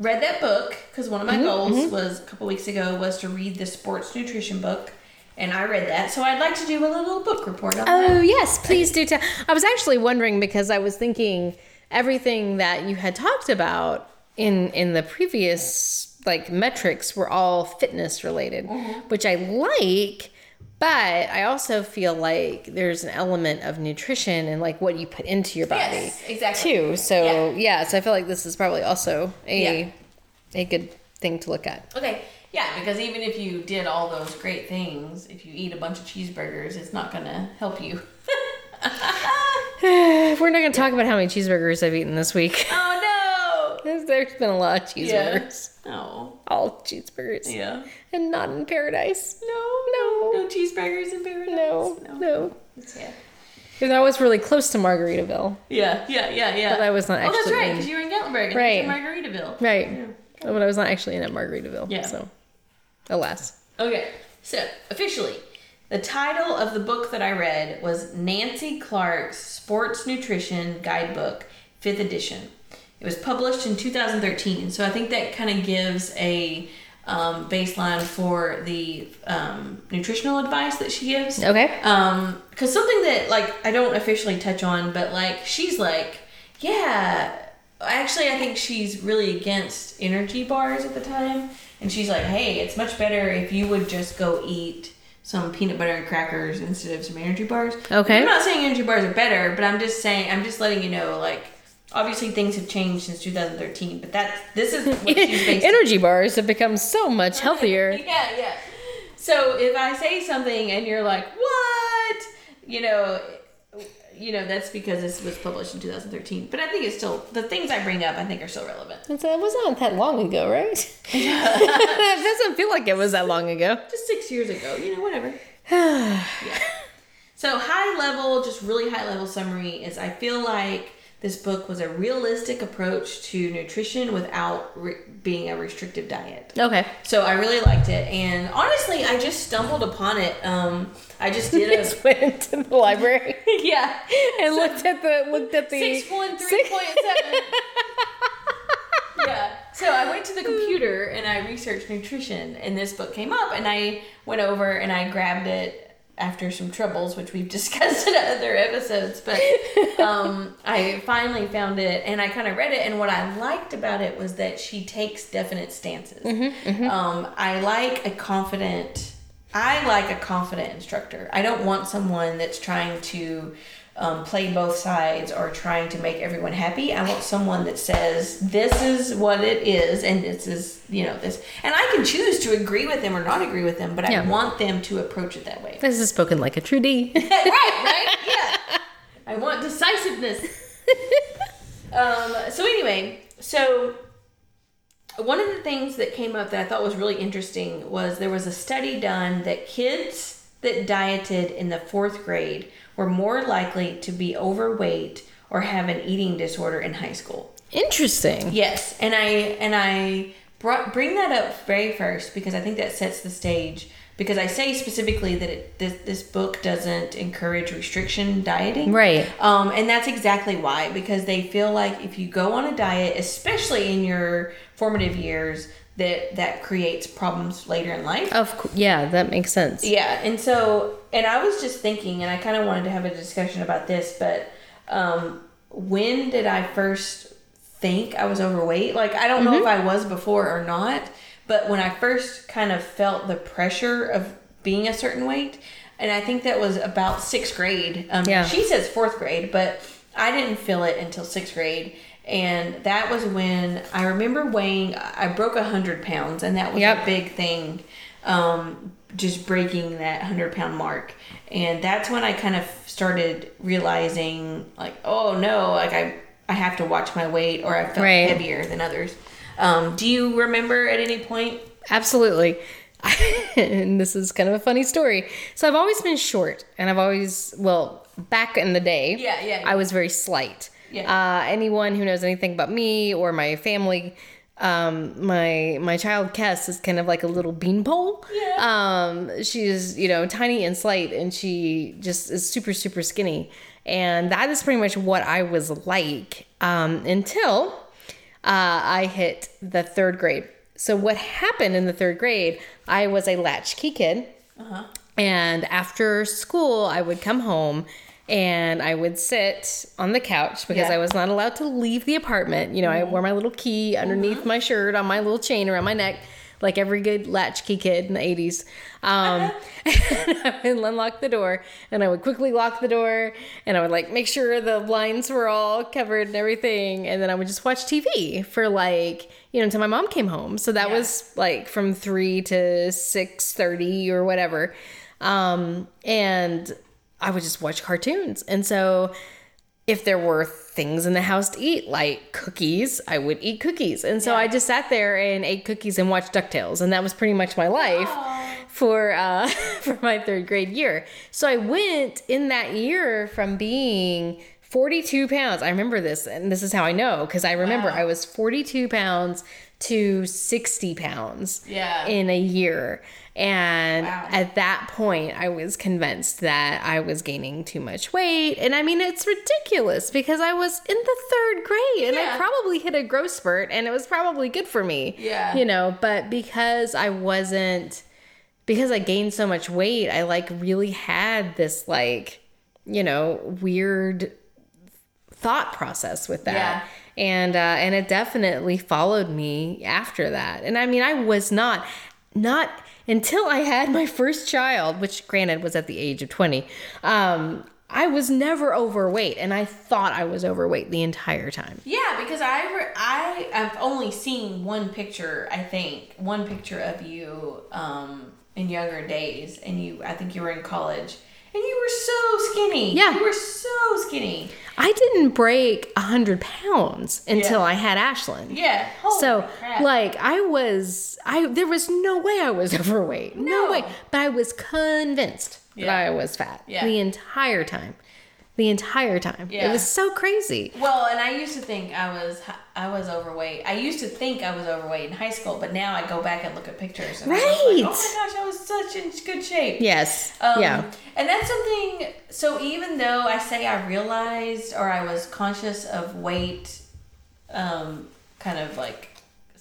A: read that book because one of
B: Mm-hmm,
A: my goals was a couple weeks ago was to read the sports nutrition book, and I read that. So I'd like to do a little book report on that.
B: Oh yes, please do tell. I was actually wondering because I was thinking everything that you had talked about in in the previous like metrics were all fitness related,
A: Mm-hmm.
B: which I like. But I also feel like there's an element of nutrition and like what you put into your body
A: Yes, exactly.
B: too. So
A: Yeah.
B: yeah. so I feel like this is probably also a
A: Yeah.
B: a good thing to look at. (sighs)
A: Okay, yeah, because even if you did all those great things, if you eat a bunch of cheeseburgers, it's not gonna help you. (laughs)
B: (laughs) We're not going to talk about how many cheeseburgers I've eaten this week. (laughs)
A: oh no!
B: There's been a lot of cheeseburgers.
A: Oh,
B: all cheeseburgers
A: yeah.
B: and not in paradise.
A: No,
B: No.
A: (laughs) no cheeseburgers in paradise.
B: No,
A: no.
B: no.
A: Yeah,
B: Because I was really close to Margaritaville.
A: yeah, yeah, yeah. yeah.
B: But I was not
A: Oh, that's
B: actually
A: right,
B: in-
A: because you were in Gatlinburg
B: Right.
A: and right. in Margaritaville.
B: Right. But I was not actually in at Margaritaville.
A: Yeah.
B: So, alas.
A: Okay, so officially, the title of the book that I read was Nancy Clark's Sports Nutrition Guidebook, fifth edition. It was published in 2013, so I think that kind of gives a um, baseline for the um, nutritional advice that she gives.
B: Okay.
A: Um, because something that like I don't officially touch on, but like she's like, yeah. Actually, I think she's really against energy bars at the time, and she's like, hey, it's much better if you would just go eat some peanut butter and crackers instead of some energy bars.
B: Okay.
A: I'm not saying energy bars are better, but I'm just saying I'm just letting you know like. Obviously, things have changed since 2013, but that's this is what
B: (laughs)
A: she's basing
B: Energy bars have become so much healthier.
A: (laughs) yeah, yeah. So if I say something and you're like, "What?" You know, you know that's because this was published in 2013. But I think it's still the things I bring up. I think are still relevant.
B: That's- That was not that long ago, right? that doesn't feel like (laughs) it was that long ago.
A: Just six years ago, you know, whatever. yeah. So high level, just really high level summary is I feel like this book was a realistic approach to nutrition without re- being a restrictive diet.
B: Okay.
A: So I really liked it, and honestly, I just stumbled upon it. Um, I just did
B: I (laughs)
A: a
B: (laughs) just went to the library (laughs)
A: yeah.
B: and looked at the looked at the
A: Six one three point (laughs) seven. Yeah. So I went to the computer and I researched nutrition, and this book came up, and I went over and I grabbed it after some troubles, which we've (laughs) discussed in other episodes. But um, I finally found it, and I kind of read it, and what I liked about it was that she takes definite stances. Um, I like a confident. I like a confident instructor. I don't want someone that's trying to um, play both sides or trying to make everyone happy. I want someone that says, this is what it is, and this is, you know, this. And I can choose to agree with them or not agree with them, but
B: Yeah.
A: I want them to approach it that way.
B: This is spoken like a true
A: (laughs)
B: D.
A: right, right? Yeah. I want decisiveness. um, so anyway, so one of the things that came up that I thought was really interesting was there was a study done that kids that dieted in the fourth grade were more likely to be overweight or have an eating disorder in high school.
B: Interesting.
A: Yes, and I and I brought, bring that up very first because I think that sets the stage. Because I say specifically that it, this, this book doesn't encourage restriction dieting,
B: Right.
A: Um, and that's exactly why, because they feel like if you go on a diet, especially in your formative years, that that creates problems later in life.
B: Of cou- yeah, that makes sense.
A: Yeah, and so and I was just thinking, and I kind of wanted to have a discussion about this, but um, when did I first think I was overweight. Like I don't know if I was before or not, but when I first kind of felt the pressure of being a certain weight, and I think that was about sixth grade. Um,
B: Yeah.
A: She says fourth grade, but I didn't feel it until sixth grade. And that was when I remember weighing, I broke 100 pounds, and that was a
B: Yep.
A: big thing. Um, just breaking that 100 pound mark. And that's when I kind of started realizing, like, oh no, like I, I have to watch my weight, or I felt
B: Right.
A: heavier than others. Um, do you remember at any point?
B: Absolutely. (laughs) and this is kind of a funny story. So I've always been short, and I've always well back in the day.
A: Yeah, yeah, yeah.
B: I was very slight.
A: Yeah.
B: Uh, anyone who knows anything about me or my family, um, my my child Kess is kind of like a little beanpole. Yeah. Um, she is you know tiny and slight, and she just is super super skinny, and that is pretty much what I was like um, until uh, I hit the third grade. So what happened in the third grade? I was a latchkey kid, and after school, I would come home and I would sit on the couch because
A: Yeah.
B: I was not allowed to leave the apartment. You know, I wore my little key underneath my shirt on my little chain around my neck. Like every good latchkey kid in the 80s. Um, (laughs) and I would unlock the door and I would quickly lock the door and I would like make sure the blinds were all covered and everything. And then I would just watch TV for like, you know, until my mom came home. So that was like from three to six thirty or whatever. Um, and I would just watch cartoons. And so if there were things in the house to eat, like cookies, I would eat cookies. And so I just sat there and ate cookies and watched DuckTales. And that was pretty much my life for uh, (laughs) for my third grade year. So I went in that year from being 42 pounds. I remember this, and this is how I know because I remember I was 42 pounds to 60 pounds
D: Yeah.
B: in a year. And
D: Wow.
B: at that point, I was convinced that I was gaining too much weight. And I mean, it's ridiculous because I was in the third grade and
D: Yeah.
B: I probably hit a growth spurt and it was probably good for me.
D: Yeah.
B: You know, but because I wasn't, because I gained so much weight, I like really had this like, you know, weird thought process with that
D: Yeah.
B: and uh, and it definitely followed me after that. And I mean, I was not not until I had my first child, which granted was at the age of twenty. Um, I was never overweight, and I thought I was overweight the entire time.
A: Yeah, because I re- I I've only seen one picture. I think one picture of you um, in younger days, and you. I think you were in college, and you were so skinny.
B: Yeah.
A: you were so skinny.
B: I didn't break hundred pounds until
A: Yeah.
B: I had Ashland.
A: Yeah. Holy
B: so
A: crap.
B: like I was I there was no way I was (laughs) overweight. No,
A: No.
B: way. But I was convinced
A: Yeah.
B: that I was fat
A: Yeah.
B: the entire time. The entire time. It
A: Yeah.
B: was so crazy.
A: Well, and I used to think I was hi- I was overweight. I used to think I was overweight in high school, but now I go back and look at pictures. And I'm just
B: Right.
A: like, oh my gosh, I was such in good shape.
B: Yes.
A: Um,
B: yeah.
A: And that's something, so even though I say I realized or I was conscious of weight, um, kind of like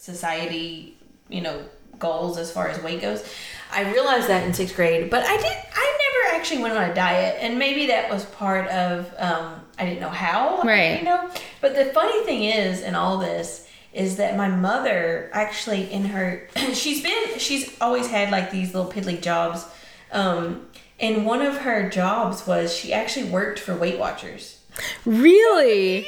A: society, you know, goals as far as weight goes, I realized that in sixth grade, but I did, I never actually went on a diet. And maybe that was part of, um, I didn't know how,
B: Right.
A: you know? But the funny thing is, in all this, is that my mother actually in her (clears throat) she's been she's always had like these little piddly jobs um, and one of her jobs was she actually worked for Weight Watchers.
B: Really?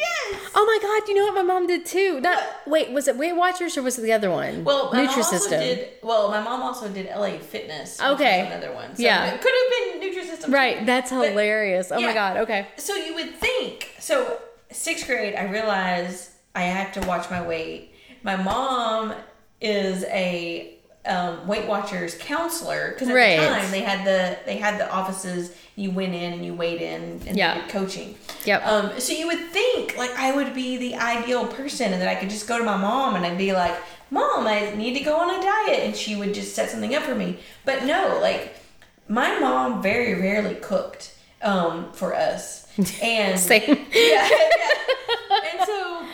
B: Oh my god, you know what my mom did too. Not wait, was it Weight Watchers or was it the other one?
A: Well, my mom also
B: Nutrisystem.
A: did. Well, my mom also did LA Fitness. which
B: Okay.
A: was another one. So
B: Yeah.
A: it could have been Nutrisystem. too.
B: Right, that's
A: But-
B: hilarious. oh my
A: yeah.
B: god, okay.
A: So you would think. So sixth grade, I realized I have to watch my weight. My mom is a um, Weight Watchers counselor because at
B: Right.
A: the time they had the they had the offices. You went in and you weighed in and
B: Yeah.
A: you did coaching.
B: Yep.
A: Um, so you would think like I would be the ideal person and that I could just go to my mom and I'd be like, Mom, I need to go on a diet, and she would just set something up for me. But no, like my mom very rarely cooked um,
B: (laughs)
A: for us, and
B: Same.
A: (laughs) yeah, yeah. and so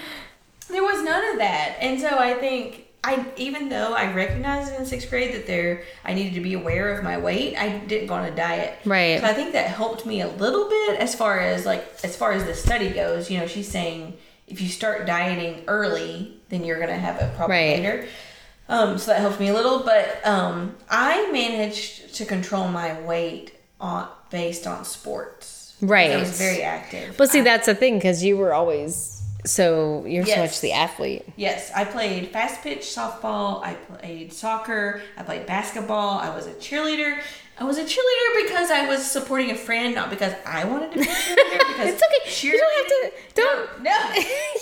A: there was none of that. And so I think I, even though I recognized in sixth grade that there I needed to be aware of my weight, I didn't go on a diet.
B: Right.
A: So I think that helped me a little bit as far as like as far as the study goes. You know, she's saying if you start dieting early, then you're gonna have a problem
B: Right.
A: later. Um, so that helped me a little, but um, I managed to control my weight on based on sports. 'Cause I
B: Right.
A: was very active.
B: But see, that's the thing because you were always so you're so much
A: Yes.
B: the athlete.
A: Yes, I played fast pitch softball. I played soccer. I played basketball. I was a cheerleader. I was a cheerleader because I was supporting a friend, not because I
B: (laughs)
A: wanted to be a cheerleader. Because
B: It's okay. You don't have to. Don't.
A: cheerleading- No, (laughs) (laughs)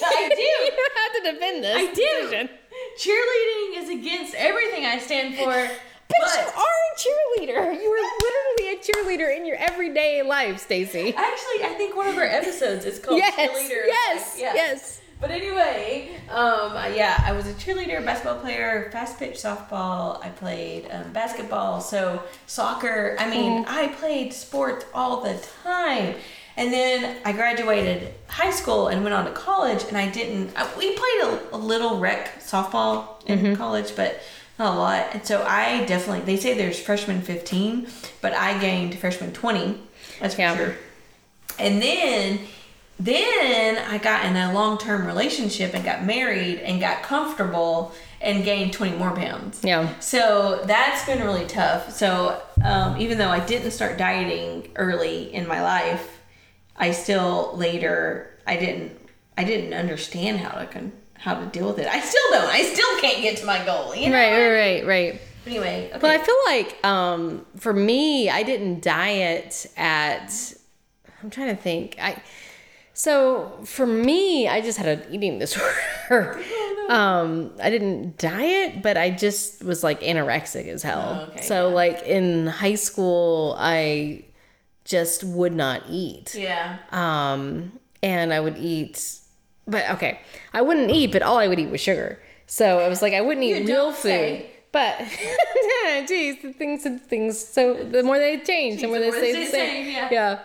A: I
B: (laughs) you
A: do.
B: don't have to defend this.
A: I do.
B: decision. (laughs)
A: Cheerleading is against everything I stand for.
B: But,
A: But
B: you are a cheerleader. (laughs) You were literally a cheerleader in your everyday life, (laughs) Stacy.
A: actually, I think one of our episodes is called
B: Yes.
A: cheerleader.
B: Yes.
A: Yeah.
B: Yes.
A: But anyway, um, yeah, I was a cheerleader, basketball player, fast pitch softball. I played um, basketball, so soccer. I mean,
B: Mm.
A: I played sports all the time. And then I graduated high school and went on to college, and I didn't. I, we played a, a little rec softball in
B: Mm-hmm.
A: college, but not a lot. And so I definitely, they say there's freshman 15, but I gained freshman 20. That's for
B: Yeah.
A: sure. And then then I got in a long term relationship and got married and got comfortable and gained 20 more pounds.
B: Yeah.
A: So that's been really tough. So um, even though I didn't start dieting early in my life, I still later I didn't I didn't understand how to con- how to deal with it. I still don't. I still can't get to my goal. You know?
B: Right. Right. Right. Right.
A: Anyway, okay.
B: But I feel like um, for me, I didn't diet at. I'm trying to think. I so for me, I just had an eating (laughs) disorder. Um, I didn't diet, but I just was like anorexic as hell.
A: Oh, okay,
B: so like in high school, I just would not eat
A: yeah.
B: um, and I would eat, but okay, I wouldn't eat, but all I would eat was sugar. So I was like, I wouldn't eat
A: You
B: real
A: don't say.
B: food. But (laughs) yeah, geez, the things and things. So the more they change, the more they stay the same.
A: yeah.
B: yeah.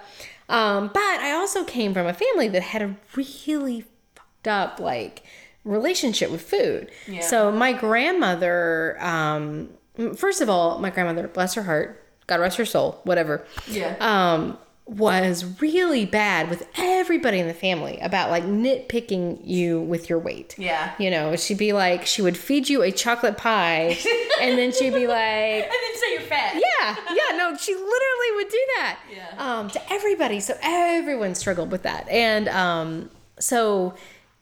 B: Um, but I also came from a family that had a really fucked up like relationship with food. So my grandmother, um, first of all, my grandmother, bless her heart, God rest her soul, whatever
A: Yeah.
B: um, was really bad with everybody in the family about like nitpicking you with your weight.
A: yeah.
B: You know, she'd be like, she would feed you a chocolate pie, and then she'd be like,
A: And then say you're fat.
B: yeah, yeah, no, she literally would do that.
A: Yeah.
B: Um, to everybody. So everyone struggled with that. And um, so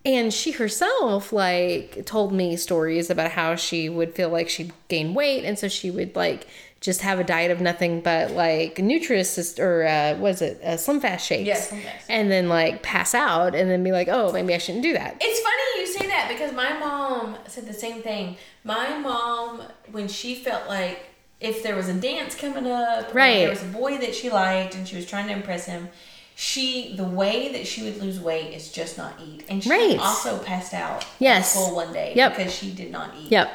B: and she herself like told me stories about how she would feel like she'd gain weight and so she would like just have a diet of nothing but like Nutrisys or uh, was it uh, Slim Fast shakes?
A: Yes, Slim Fast.
B: And then like pass out and then be like, oh, maybe I shouldn't do that.
A: It's funny you say that because my mom said the same thing. My mom, when she felt like if there was a dance coming up, or
B: Right.
A: there was a boy that she liked and she was trying to impress him, she the way that she would lose weight is just not eat. And she
B: Right.
A: also passed out.
B: Yes.
A: Full one day
B: Yep.
A: because she did not eat.
B: Yep.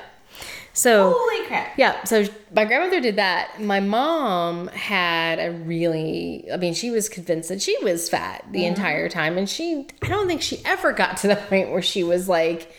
B: So
A: Holy crap.
B: Yeah, so my grandmother did that. My mom had a really, I mean, she was convinced that she was fat
A: Mm-hmm.
B: the entire time. And she, I don't think she ever got to the (laughs) point where she was like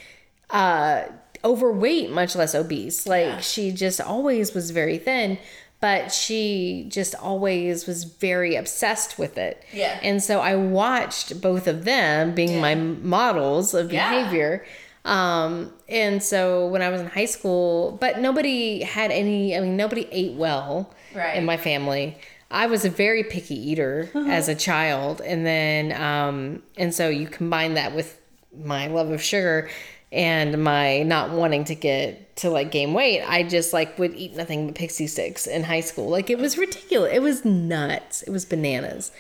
B: uh, overweight, much less obese. Like she just always was very thin, but she just always was very obsessed with it.
A: Yeah.
B: And so I watched both of them being my models of
A: Yeah.
B: behavior. Um, and so when I was in high school, but nobody had any, I mean, nobody ate well
A: Right.
B: in my family. I was a very picky eater as a child. And then, um, and so you combine that with my love of sugar and my not wanting to get to like gain weight. I just like would eat nothing but pixie sticks in high school. Like it was ridiculous. It was nuts. It was bananas.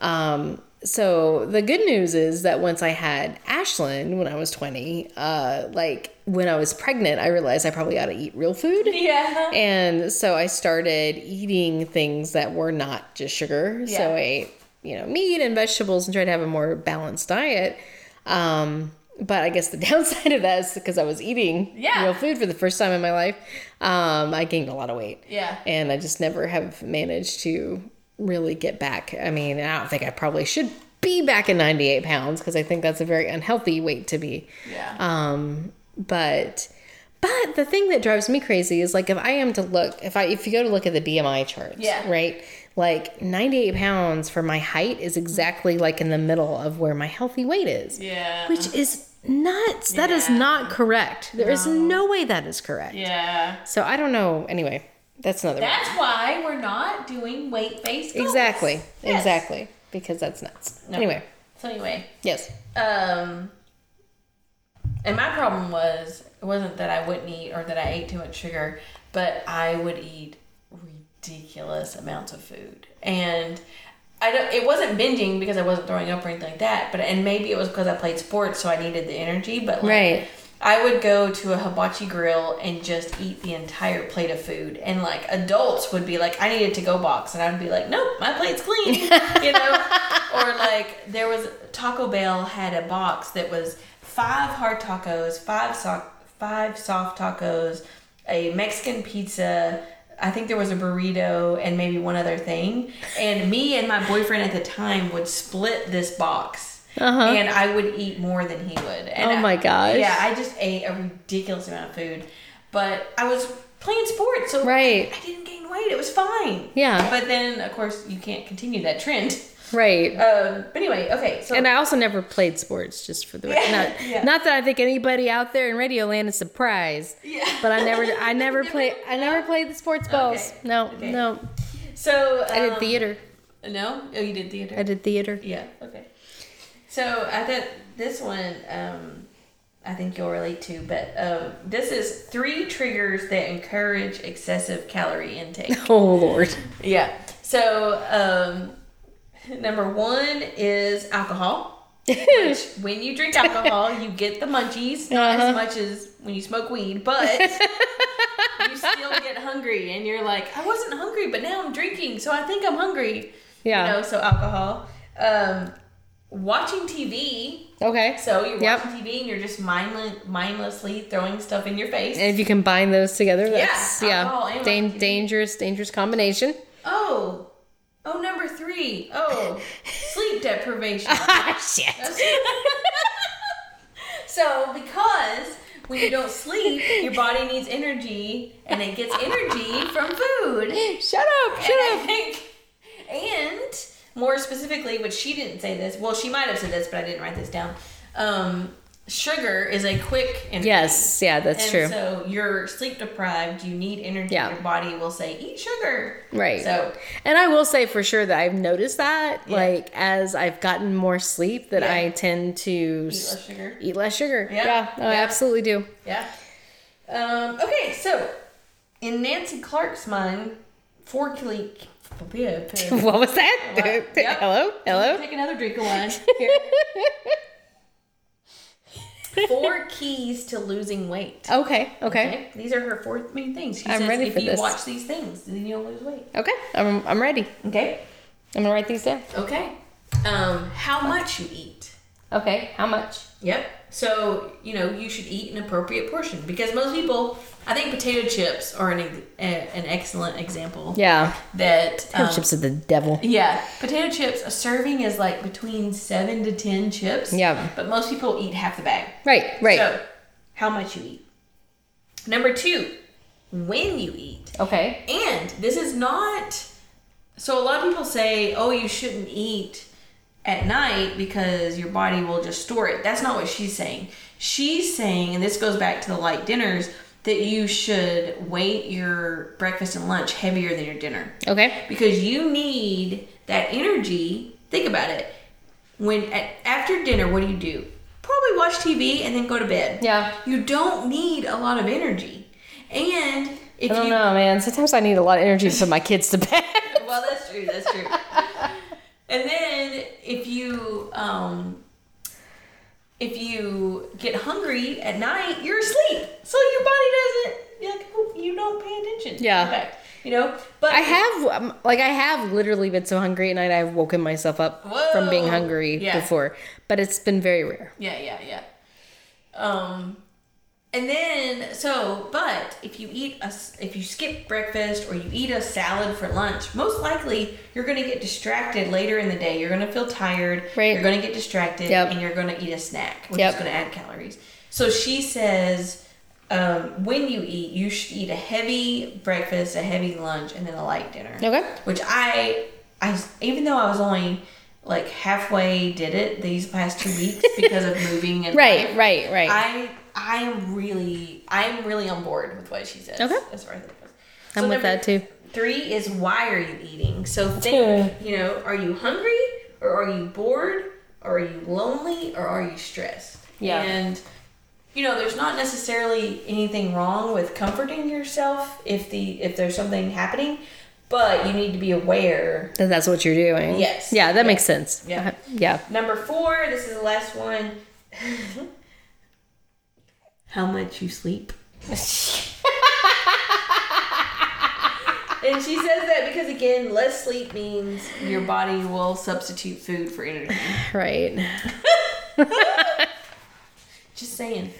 B: Um, so the good news is that once I had Ashlyn when I was 20, uh, like when I was pregnant, I realized I probably ought to eat real food.
A: (laughs) Yeah.
B: And so I started eating things that were not just sugar. So I ate, you know, meat and vegetables and tried to have a more balanced diet. Um, but I guess the (laughs) downside of that is because I was eating
A: Yeah.
B: real food for the first time in my life, um, I gained a lot of weight.
A: Yeah.
B: And I just never have managed to really get back. I mean, I don't think I probably should be back at 98 Um, pounds because I think that's a very unhealthy weight to be
A: Yeah.
B: um but But the thing that drives me crazy is like if I am to look, if I if you go to look at the BMI charts,
A: Yeah.
B: right? Like 98 pounds for my height is exactly like in the middle of where my healthy weight is.
A: Yeah.
B: Which is nuts. That is
A: Yeah.
B: not correct. There is no way that is correct.
A: Yeah.
B: So I don't know. Anyway, that's another one.
A: That's why we're not doing weight based goals.
B: Exactly.
A: Yes.
B: Exactly. Because that's nuts.
A: No.
B: Anyway,
A: So anyway,
B: yes.
A: um, and my problem was it wasn't that I wouldn't eat or that I ate too much sugar, but I would eat ridiculous amounts of food, and I don't. It wasn't binging because I wasn't throwing up or anything like that, but and maybe it was because I played sports, so I needed the energy, but like,
B: Right.
A: I would go to a hibachi grill and just eat the entire plate of food. And like adults would be like, I need a to go box. And I'd be like, nope, my plate's clean. (laughs)
B: (laughs)
A: you know? Or like there was Taco Bell had a box that was five hard tacos, five soft, five soft tacos, a Mexican pizza. I think there was a burrito and maybe one other thing. And me and my boyfriend at the time would split this box. And I would eat more than he would. And
B: Uh-huh. Oh
A: I-
B: my gosh.
A: Yeah, I just ate a ridiculous amount of food, but I was playing sports, so
B: Right.
A: I didn't gain weight. It was fine.
B: Yeah.
A: But then, of course, you can't continue that trend.
B: Right.
A: Um, but anyway, okay. So
B: and I also never played sports, just for the
A: Yeah,
B: not,
A: yeah.
B: not that I think anybody out there in Radio Land is surprised.
A: Yeah.
B: But I never,
A: (laughs)
B: I never played, I never played the sports balls.
A: Okay.
B: No,
A: Okay.
B: no.
A: so um,
B: I did theater.
A: No, oh, you did theater.
B: I did theater.
A: Yeah. Okay. So I thought this one, um, I think you'll relate to, but um, this is three triggers that encourage excessive calorie intake.
B: Oh Lord.
A: Yeah. So, um, number one
B: (laughs)
A: is alcohol. Which, when you drink alcohol, you get the munchies, not
B: Uh-huh.
A: as much as when you smoke weed,
B: (laughs)
A: but you still get hungry, and you're like, I wasn't hungry, but now I'm drinking, so I think I'm hungry.
B: Yeah.
A: You know, so alcohol. Um, watching TV.
B: Okay.
A: So you're
B: Yep.
A: watching TV and you're just mindless, mindlessly throwing stuff in your face.
B: And if you combine those together, that's
A: alcohol
B: yeah,
A: and
B: Dan-
A: wine.
B: dangerous, dangerous combination.
A: Oh, oh, number three.
B: (laughs)
A: Oh, sleep deprivation.
B: Ah shit.
A: so, because when you don't sleep, your body needs energy, and it gets energy from food.
B: Shut up.
A: And
B: Shut
A: I
B: up.
A: think, and more specifically, which she didn't say this. Well, she might have said this, but I didn't write this down. Um, sugar is a quick energy.
B: Yes. Yeah, that's
A: And
B: true.
A: so you're sleep deprived. You need energy.
B: Yeah.
A: Your body will say, "Eat sugar."
B: Right.
A: So
B: And I will say for sure that I've noticed that, like, as I've gotten more sleep, that
A: Yeah.
B: I tend to
A: eat
B: s-
A: less sugar.
B: eat less sugar.
A: Yeah.
B: Yeah, no, I
A: Yeah.
B: absolutely do. (laughs)
A: Yeah. Um, okay, so in Nancy Clark's mind, four
B: (laughs)
A: kilo.
B: What was that? (laughs)
A: What? Yep.
B: Hello? Hello?
A: Take another drink
B: (laughs)
A: of wine. Four keys to losing weight.
B: Okay, okay.
A: These are her four main things. She
B: I'm
A: says
B: ready
A: if
B: for
A: you
B: this.
A: watch these things, then you'll lose weight.
B: Okay, I'm, I'm ready.
A: Okay.
B: I'm gonna write these down.
A: Okay. Um, how much you eat.
B: Okay, how much?
A: Yep. So, you know, you should eat an appropriate portion because most people, I think potato chips are an, ex- a- an excellent example.
B: Yeah.
A: That um,
B: Chips of the devil.
A: Yeah, potato chips. A serving is like between seven to ten chips.
B: Yeah.
A: but most people eat half the bag.
B: Right, right.
A: So, how much you eat. Number two, when you eat,
B: okay.
A: and this is not. So a lot of people say, "Oh, you shouldn't eat at night because your body will just store it." That's not what she's saying. She's saying, and this goes back to the light dinners, that you should weight your breakfast and lunch heavier than your dinner
B: Okay.
A: because you need that energy. Think about it. When at, after dinner, what do you do? Probably watch TV and then go to bed.
B: Yeah.
A: You don't need a lot of energy. And if
B: I don't
A: you
B: know, man. Sometimes I need a lot of energy to put my kids to bed.
A: (laughs) well, that's true. That's true. and then if you um, if you get hungry at night, you're asleep, so your body doesn't you're like oh, you don't pay attention.
B: Yeah.
A: In fact, you know.
B: (laughs)
A: But
B: I have um, like I have literally been so hungry at night I've woken myself up from being
A: Whoa.
B: hungry
A: Yeah.
B: before, but it's been very rare.
A: Yeah, yeah, yeah. Um, and then so, but if you eat a s- if you skip breakfast or you eat a salad for lunch, most likely you're going to get distracted later in the day. You're going to feel tired.
B: Right.
A: You're going to get distracted,
B: Yep.
A: and you're going to eat a snack, which
B: Yep.
A: is going to add calories. So she says. um, when you eat, you should eat a heavy breakfast, a heavy lunch, and then a light dinner.
B: Okay.
A: Which I, I even though I was only like halfway did it these past two weeks because of moving and
B: (laughs) Right,
A: life,
B: right, right.
A: I I am really I am really on board with what she says.
B: Okay.
A: As far as that goes.
B: I'm with
A: number
B: that too.
A: Three is why are you eating? So think, you know, are you hungry or are you bored or are you lonely or are you stressed?
B: Yeah.
A: And you know, there's not necessarily anything wrong with comforting yourself if the if there's something happening, but you need to be aware
B: That that's what you're doing.
A: Yes.
B: Yeah, that makes sense.
A: Yeah.
B: Uh, yeah.
A: Number four, this is the last one. (laughs) How much you (laughs) sleep. and she says that because, again, less sleep means your body will substitute food for energy.
B: Right.
A: Just saying.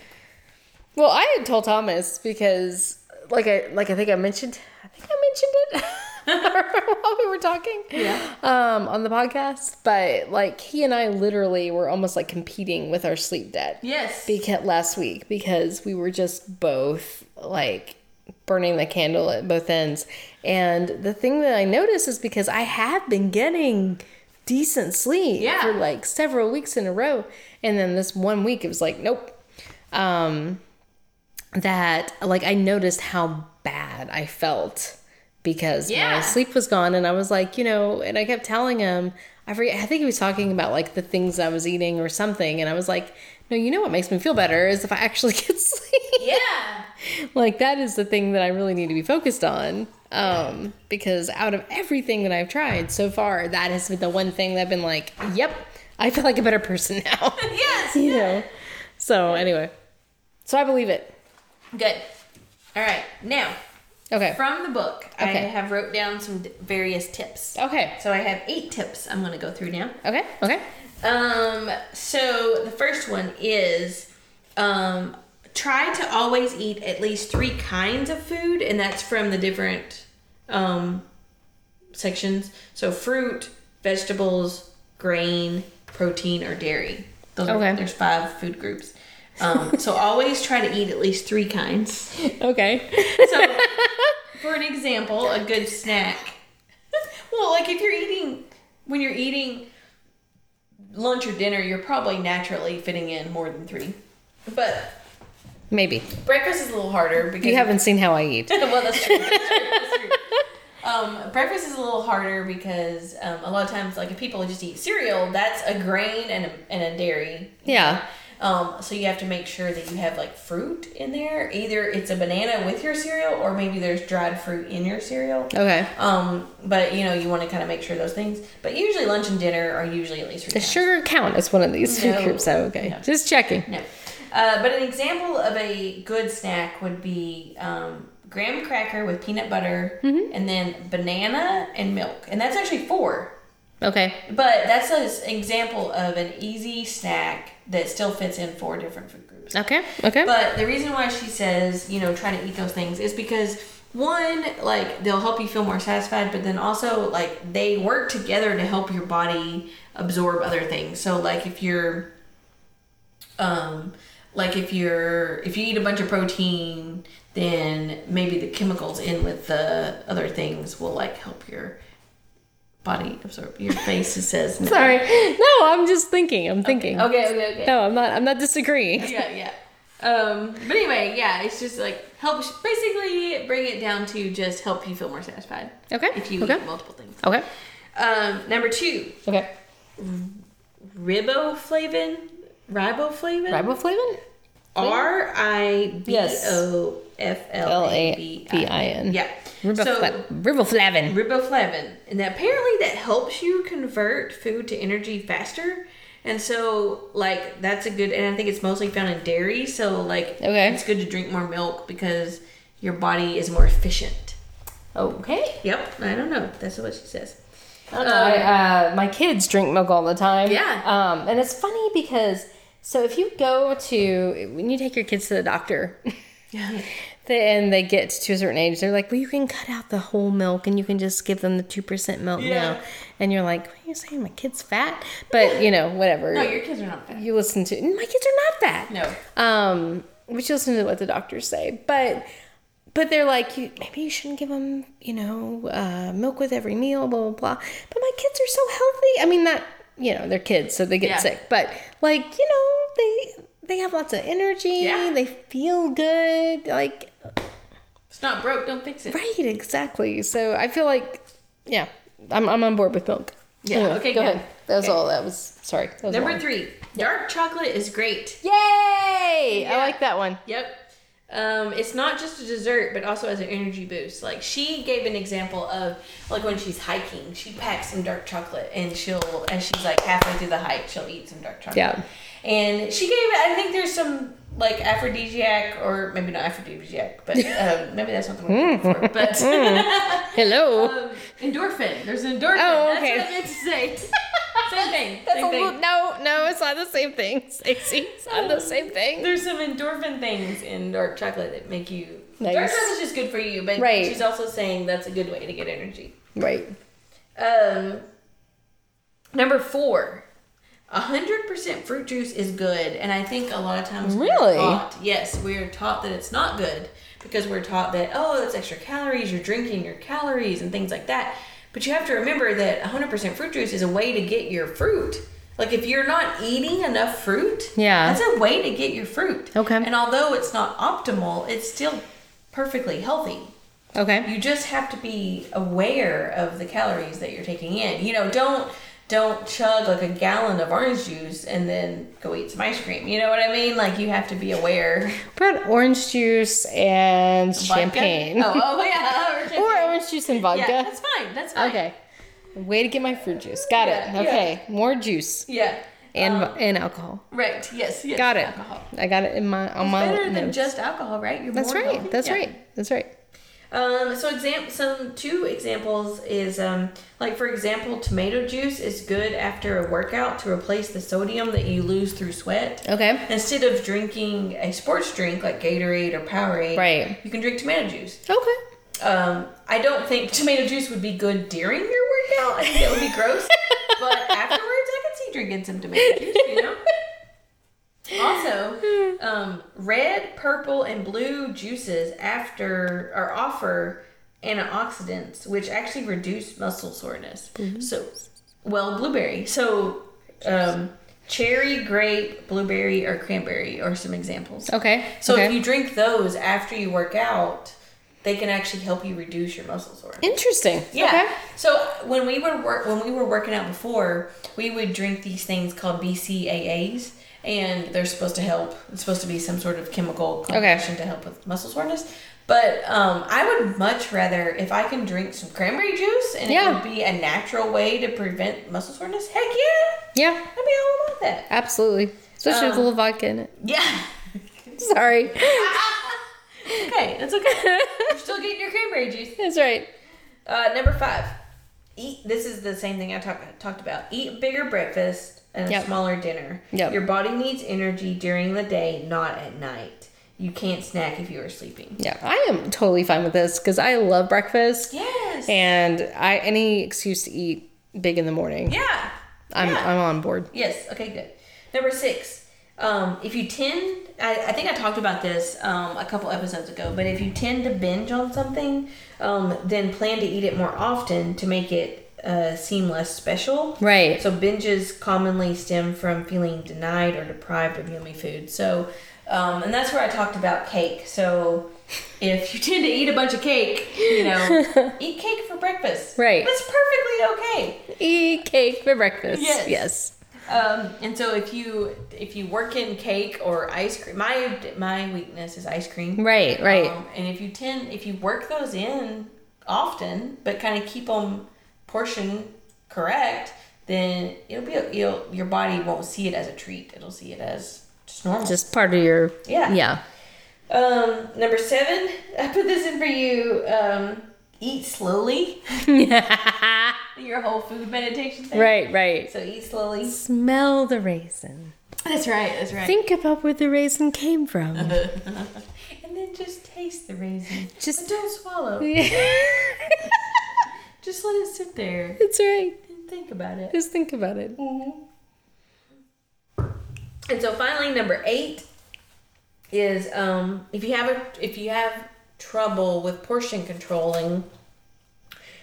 B: Well, I had told Thomas because, like I like I think I mentioned, I think (laughs) I mentioned it while we were talking,
A: Yeah.
B: um, on the podcast. But like he and I literally were almost like competing with our sleep debt.
A: Yes.
B: Beca- last week because we were just both like burning the candle at both ends. And the thing that I noticed is because I have been getting decent sleep
A: Yeah.
B: for like several weeks in a row. And then this one week it was like, nope. Um that like I noticed how bad I felt because my
A: Yeah.
B: sleep was gone and I was like, you know, and I kept telling him, I forget I think he was talking about like the things I was eating or something and I was like, no, you know what makes me feel better is if I actually (laughs) get sleep.
A: yeah.
B: like that is the thing that I really need to be focused on. Um because out of everything that I've tried so far, that has been the one thing that I've been like, yep, I feel like a better person now. (laughs)
A: Yes.
B: you know. So anyway. So I believe it.
A: Good. All right. Now,
B: Okay.
A: from the book, I
B: Okay.
A: have wrote down some d- various tips.
B: Okay.
A: So I have eight tips I'm going to go through now.
B: Okay. Okay. (laughs)
A: Um, so the first one is um, try to always eat at least three kinds of food, and that's from the different um, sections. So fruit, vegetables, grain, protein, or dairy. Those are,
B: Okay.
A: There's five food groups. Um, so always try to eat at least three kinds.
B: Okay.
A: So, for an example, a good snack. Well, like if you're eating, when you're eating lunch or dinner, you're probably naturally fitting in more than three. But
B: Maybe.
A: breakfast is a little harder because (laughs)
B: You haven't seen how I eat.
A: well, that's true. That's true. That's true. Um, breakfast is a little harder because um, a lot of times, like if people just eat cereal, that's a grain and a, and a dairy.
B: Yeah.
A: Um, so you have to make sure that you have like fruit in there. Either it's a banana with your cereal, or maybe there's dried fruit in your cereal.
B: Okay.
A: Um, but you know you want to kind of make sure those things. But usually lunch and dinner are usually at least three.
B: The
A: times.
B: sugar count is one of these food
A: No.
B: groups. So okay.
A: No.
B: Just checking.
A: No. Uh, but an example of a good snack would be um, graham cracker with peanut butter and then banana and milk. And that's actually four.
B: Okay.
A: But that's a s- example of an easy snack that still fits in four different food groups.
B: Okay. Okay.
A: But the reason why she says, you know, try to eat those things is because one, like they'll help you feel more satisfied, but then also like they work together to help your body absorb other things. So like if you're um like if you're if you eat a bunch of protein, then maybe the chemicals in with the other things will like help your body absorb your face says no.
B: Sorry. (laughs) No, I'm just thinking. I'm thinking.
A: Okay, okay, okay.
B: No, I'm not. I'm not disagreeing.
A: yeah, yeah. Um, but anyway, yeah, it's just like help. Basically, bring it down to just help you feel more satisfied
B: Okay.
A: if you
B: okay.
A: eat multiple things.
B: Okay.
A: Um, number two,
B: Okay.
A: riboflavin. Riboflavin.
B: Riboflavin.
A: R I B
B: Yes.
A: O F
B: L
A: L
B: a
A: A
B: b
A: B
B: i
A: I
B: n.
A: N. Yeah. So
B: Ribofla- Riboflavin.
A: riboflavin, and apparently that helps you convert food to energy faster. And so, like, that's a good, and I think it's mostly found in dairy. So, like,
B: Okay.
A: it's good to drink more milk because your body is more efficient.
B: Okay.
A: Yep, I don't know. That's what she says.
B: I, uh, my kids drink milk all the time.
A: Um, Yeah.
B: Um, and it's funny because so if you go to when you take your kids to the
A: (laughs)
B: doctor, they, and they get to a certain age, they're like, "Well, you can cut out the whole milk and you can just give them the two percent milk now."
A: Yeah.
B: And you're like, "What are you saying? My kid's fat?" But you know, whatever.
A: (laughs) No, your kids are not fat.
B: you listen to my kids are not fat.
A: No.
B: Um, which listen to what the doctors say, but but they're like, you, maybe you shouldn't give them, you know, uh, milk with every meal, blah blah blah. But my kids are so healthy. I mean, that you know, they're kids, so they get
A: Yeah.
B: sick, but like you know, they they have lots of energy.
A: Yeah.
B: They feel good. Like
A: It's not broke, don't fix it.
B: right, exactly. So I feel like, yeah, I'm I'm on board with milk.
A: Yeah, okay,
B: go
A: good.
B: ahead. That was
A: Okay.
B: all. That was sorry. That was
A: Number
B: long.
A: three, dark chocolate is great.
B: Yay! I
A: Yeah.
B: like that one.
A: Yep. Um, it's not just a dessert, but also as an energy boost. Like she gave an example of like when she's hiking, she packs some dark chocolate and she'll as she's like halfway through the hike, she'll eat some dark chocolate.
B: Yeah.
A: And she gave I think there's some like aphrodisiac or maybe not aphrodisiac, but um, maybe that's not the word I'm looking for. But
B: Mm. Hello.
A: um, endorphin. There's an endorphin.
B: Mm. Oh, okay.
A: That's what I meant to
B: (laughs)
A: say. Same thing.
B: That's
A: same
B: a
A: thing.
B: little, no, no, it's not the same thing, Stacey. It's not the same thing.
A: There's some endorphin things in dark chocolate that make you. Dark
B: Nice.
A: chocolate's just good for you, but
B: Right.
A: she's also saying that's a good way to get energy.
B: Right.
A: Um, number four, hundred percent fruit juice is good, and I think a lot of times we're
B: Really?
A: taught, yes, we're taught that it's not good because we're taught that oh, that's extra calories. You're drinking your calories and things like that. But you have to remember that hundred percent fruit juice is a way to get your fruit. Like if you're not eating enough fruit,
B: Yeah.
A: that's a way to get your fruit.
B: Okay.
A: and although it's not optimal, it's still perfectly healthy
B: Okay.
A: you just have to be aware of the calories that you're taking in you know don't don't chug like a gallon of orange juice and then go eat some ice cream you know what i mean like you have to be aware
B: Put orange juice and (laughs)
A: Vodka?
B: champagne.
A: oh, oh yeah (laughs) or champagne.
B: (laughs) Or orange juice and vodka.
A: yeah that's fine that's fine
B: okay. Way to get my fruit juice. Got
A: Yeah,
B: it.
A: yeah.
B: Okay. More juice
A: yeah
B: and and alcohol.
A: right yes, yes
B: Got it.
A: alcohol
B: I got it in my on my
A: better than
B: notes.
A: just alcohol right you're
B: That's
A: more
B: right.
A: healthy.
B: That's
A: Yeah.
B: right. That's right.
A: Um, so exam some two examples is um, like for example, tomato juice is good after a workout to replace the sodium that you lose through sweat.
B: Okay.
A: Instead of drinking a sports drink like Gatorade or Powerade,
B: Right.
A: you can drink tomato juice.
B: Okay.
A: Um, I don't think tomato juice would be good during your workout. I think that would be gross.
B: (laughs)
A: but afterwards, I could see drinking some tomato juice. You know. Also, um, red, purple, and blue juices after or offer antioxidants, which actually reduce muscle soreness.
B: Mm-hmm.
A: So, well, blueberry. So, um, cherry, grape, blueberry, or cranberry are some examples.
B: Okay.
A: So
B: okay.
A: if you drink those after you work out, they can actually help you reduce your muscle soreness.
B: Interesting.
A: Yeah.
B: Okay.
A: So when we were work when we were working out before, we would drink these things called BCAAs, and they're supposed to help. It's supposed to be some sort of chemical combination to help with muscle soreness. But um, I would much rather if I can drink some cranberry juice and
B: Yeah.
A: it would be a natural way to prevent muscle soreness. Heck yeah,
B: Yeah.
A: I'd be all about that.
B: Absolutely. Especially
A: Um,
B: with a little vodka in it.
A: Yeah.
B: Sorry.
A: (laughs)
B: (laughs)
A: okay, that's okay. You're still getting your cranberry juice.
B: That's right.
A: Uh, number five, eat. This is the same thing I talk, talked about. Eat bigger breakfast and a
B: Yep.
A: smaller dinner.
B: Yep.
A: Your body needs energy during the day, not at night. You can't snack if you are sleeping.
B: Yeah, I am totally fine with this because I love breakfast,
A: Yes.
B: and I any excuse to eat big in the morning,
A: yeah.
B: I'm
A: yeah.
B: I'm on board.
A: Yes. Okay. Good. Number six. Um, if you tend, I, I think I talked about this um, a couple episodes ago, but if you tend to binge on something, um, then plan to eat it more often to make it uh, seem less special.
B: Right.
A: So binges commonly stem from feeling denied or deprived of yummy food. So, um, and that's where I talked about cake. So, if you tend to eat a bunch of cake, you know,
B: (laughs)
A: eat cake for breakfast.
B: Right.
A: That's perfectly okay.
B: Eat cake for breakfast.
A: Yes.
B: yes.
A: Um, and so if you if you work in cake or ice cream, my my weakness is ice cream.
B: Right, right.
A: Um, and if you tend if you work those in often, but kind of keep them portion correct, then it'll be you'll, your body won't see it as a treat. It'll see it as just normal.
B: Just part of your
A: Yeah.
B: yeah. (laughs)
A: um, number seven, (laughs) I put this in for you. Um, eat slowly. (laughs) your whole food meditation thing.
B: right, right.
A: So eat slowly.
B: Smell the raisin.
A: That's right. That's right.
B: Think about where the raisin came from.
A: Uh-huh. And then just taste the raisin.
B: Just- (laughs)
A: But don't swallow.
B: That's
A: Just let it sit there
B: right.
A: and think about it.
B: Just think about it.
A: And so finally, number eight is um, if you have a, if you have trouble with portion controlling,